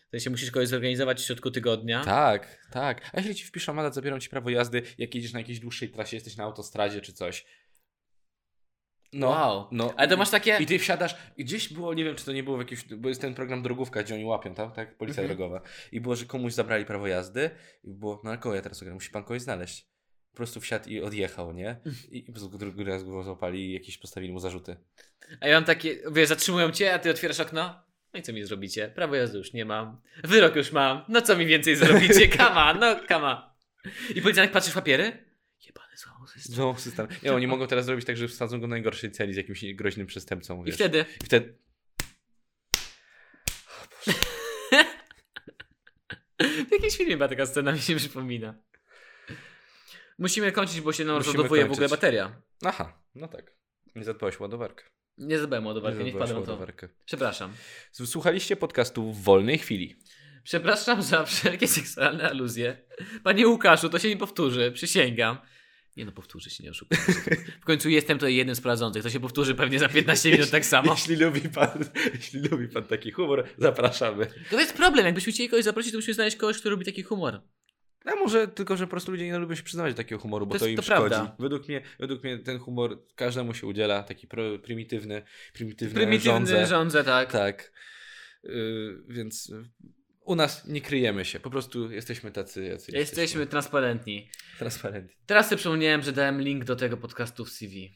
W sensie musisz kogoś zorganizować w środku tygodnia. Tak, tak. A jeśli ci wpiszą mandat, zabiorą ci prawo jazdy, jak jedziesz na jakiejś dłuższej trasie, jesteś na autostradzie czy coś. No, Wow. no. Ale to masz takie... I ty wsiadasz, gdzieś było, nie wiem czy to nie było w jakimś, bo jest ten program drogówka, gdzie oni łapią, tak? tak? Policja Mhm. drogowa. I było, że komuś zabrali prawo jazdy i było, no ale kogo ja teraz ogram, musi pan kogoś znaleźć. Po prostu wsiadł i odjechał, nie? I, i po prostu drugi raz go złapali i jakieś postawili mu zarzuty. A ja mam takie... Wiesz, zatrzymują cię, a ty otwierasz okno. No i co mi zrobicie? Prawo jazdy już nie mam. Wyrok już mam. No co mi więcej zrobicie? Kama, no kama. I policjant patrzysz w papiery? Jebany złamał system. Znowu No, system. Nie, oni mogą teraz zrobić tak, że wsadzą go na najgorszej celi z jakimś groźnym przestępcą, I wiesz. wtedy... I wtedy... W jakimś filmie była taka scena, mi się przypomina. Musimy kończyć, bo się nam Musimy rozładowuje w ogóle kończyć. bateria. Aha, no tak. Nie zadbałeś o ładowarkę. Nie zadbałem o ładowarkę, nie zadbałeś wpadłem w o to. ładowarkę. Przepraszam. Słuchaliście podcastu w wolnej chwili. Przepraszam za wszelkie seksualne aluzje. Panie Łukaszu, to się nie powtórzy, przysięgam. Nie no, powtórzy się, nie oszukam. W końcu jestem to jednym z prowadzących, to się powtórzy pewnie za 15 minut tak samo. Jeśli lubi pan, jeśli lubi pan taki humor, zapraszamy. To jest problem, jakbyśmy chcieli kogoś zaprosić, to musimy znaleźć kogoś, kto lubi taki humor. A może tylko, że po prostu ludzie nie lubią się przyznawać do takiego humoru, bo To to, jest- im to szkodzi. prawda. Według mnie, według mnie ten humor każdemu się udziela, taki pro, prymitywny, prymitywny, Prymitywny rządze. rządzę, tak. Tak. Yy, więc y, u nas nie kryjemy się, po prostu jesteśmy tacy, jacy Jesteśmy transparentni. Transparentni. Teraz sobie przypomniałem, że dałem link do tego podcastu w CV.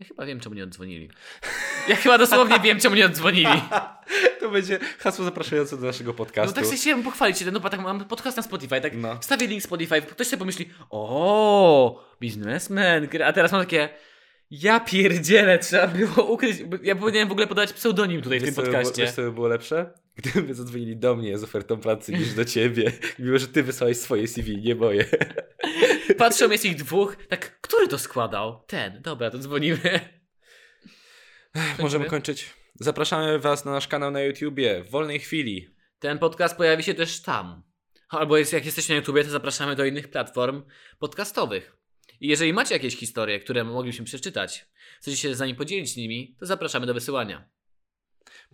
Ja chyba wiem, czemu nie oddzwonili. Ja chyba dosłownie wiem, czemu nie oddzwonili. to będzie hasło zapraszające do naszego No podcastu. tak sobie chciałem pochwalić, no bo tak mam podcast na Spotify, tak No. wstawię link Spotify, ktoś sobie pomyśli, o, biznesmen, gra- a teraz mam takie, ja pierdzielę, trzeba było ukryć, bo ja powinienem w ogóle podać pseudonim tutaj w tym Wiesz, co by było- podcaście. Wiesz, co by było lepsze? Gdyby zadzwonili do mnie z ofertą pracy niż do ciebie, mimo że ty wysłałeś swoje CV, nie moje. Patrzą, jest ich dwóch, tak, który to składał? Ten, dobra, to dzwonimy. Możemy kończyć. Zapraszamy was na nasz kanał na YouTubie w wolnej chwili. Ten podcast pojawi się też tam. Albo jest, jak jesteście na YouTubie, to zapraszamy do innych platform podcastowych. I jeżeli macie jakieś historie, które moglibyśmy przeczytać, chcecie się z nami podzielić nimi, to zapraszamy do wysyłania.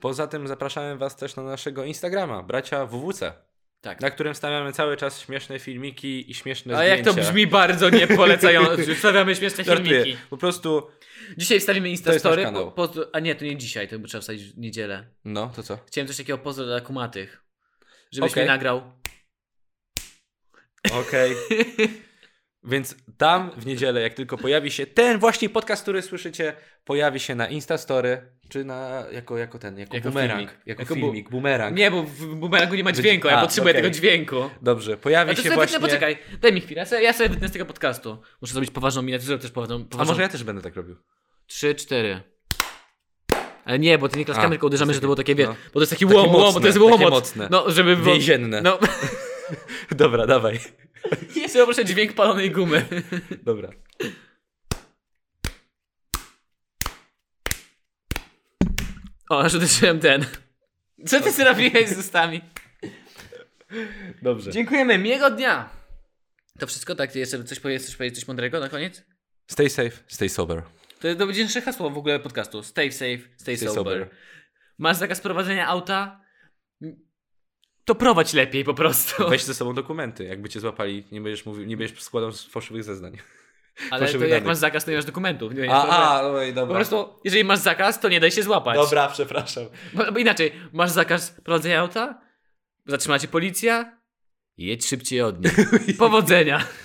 Poza tym zapraszamy was też na naszego Instagrama, bracia WWC. Tak. na którym stawiamy cały czas śmieszne filmiki i śmieszne Ale jak zdjęcia. to brzmi bardzo niepolecająco. Stawiamy śmieszne Żartuję. filmiki. Po prostu, Dzisiaj wstawimy To jest nasz Instastory. kanał. Po, po, a nie, to nie dzisiaj, to by trzeba wstawić w niedzielę. no to co? Chciałem coś takiego pozdro dla kumatych. Żebyś Okej. mi nagrał. Okej. Więc tam w niedzielę, jak tylko pojawi się ten właśnie podcast, który słyszycie, pojawi się na Instastory, czy na, jako, jako ten, jako, Jako bumerang. filmik. Jako, Jako bu- filmik, bumerang. Nie, bo w bumerangu nie ma Będzie- dźwięku, ja Tak. A, potrzebuję okej. tego dźwięku. Dobrze, pojawi A to się Znaczy, sobie właśnie... właśnie... poczekaj, daj mi chwilę, ja sobie, ja sobie wytnę z tego podcastu. Muszę zrobić poważną minę, ty zrób też poważną, A poważną. może ja też będę tak robił? Trzy, cztery. Ale nie, bo ty nie A, klaskamy, tylko uderzamy, to że to było takie, wie, no. bo to jest taki Takie łom, łom, bo mocne, to jest takie łomot. mocne. No, żeby było... Więzienne. No, Dobra, dawaj. jeszcze poproszę dźwięk palonej gumy. Dobra. O, aż uderzyłem ten. Co ty zrobiłeś z ustami? Dobrze. Dziękujemy, miłego dnia! To wszystko, tak? Ty Jeszcze coś powiedzieć, coś powiedzieć, coś mądrego na koniec? Stay safe, stay sober. To, to będzie nasze hasło w ogóle podcastu. Stay safe, stay, Stay sober. sober. Masz zakaz prowadzenia auta? To prowadź lepiej po prostu. Weź ze sobą dokumenty. Jakby cię złapali, nie będziesz, mówił, nie będziesz składał fałszywych zeznań. Ale proszę to wydanych. jak masz zakaz, to nie masz dokumentów. Nie, A, to- a, oj, po dobra. prostu, jeżeli masz zakaz, to nie daj się złapać. Dobra, przepraszam. Bo, bo inaczej, masz zakaz prowadzenia auta, zatrzyma cię policja, jedź szybciej od nich. Powodzenia.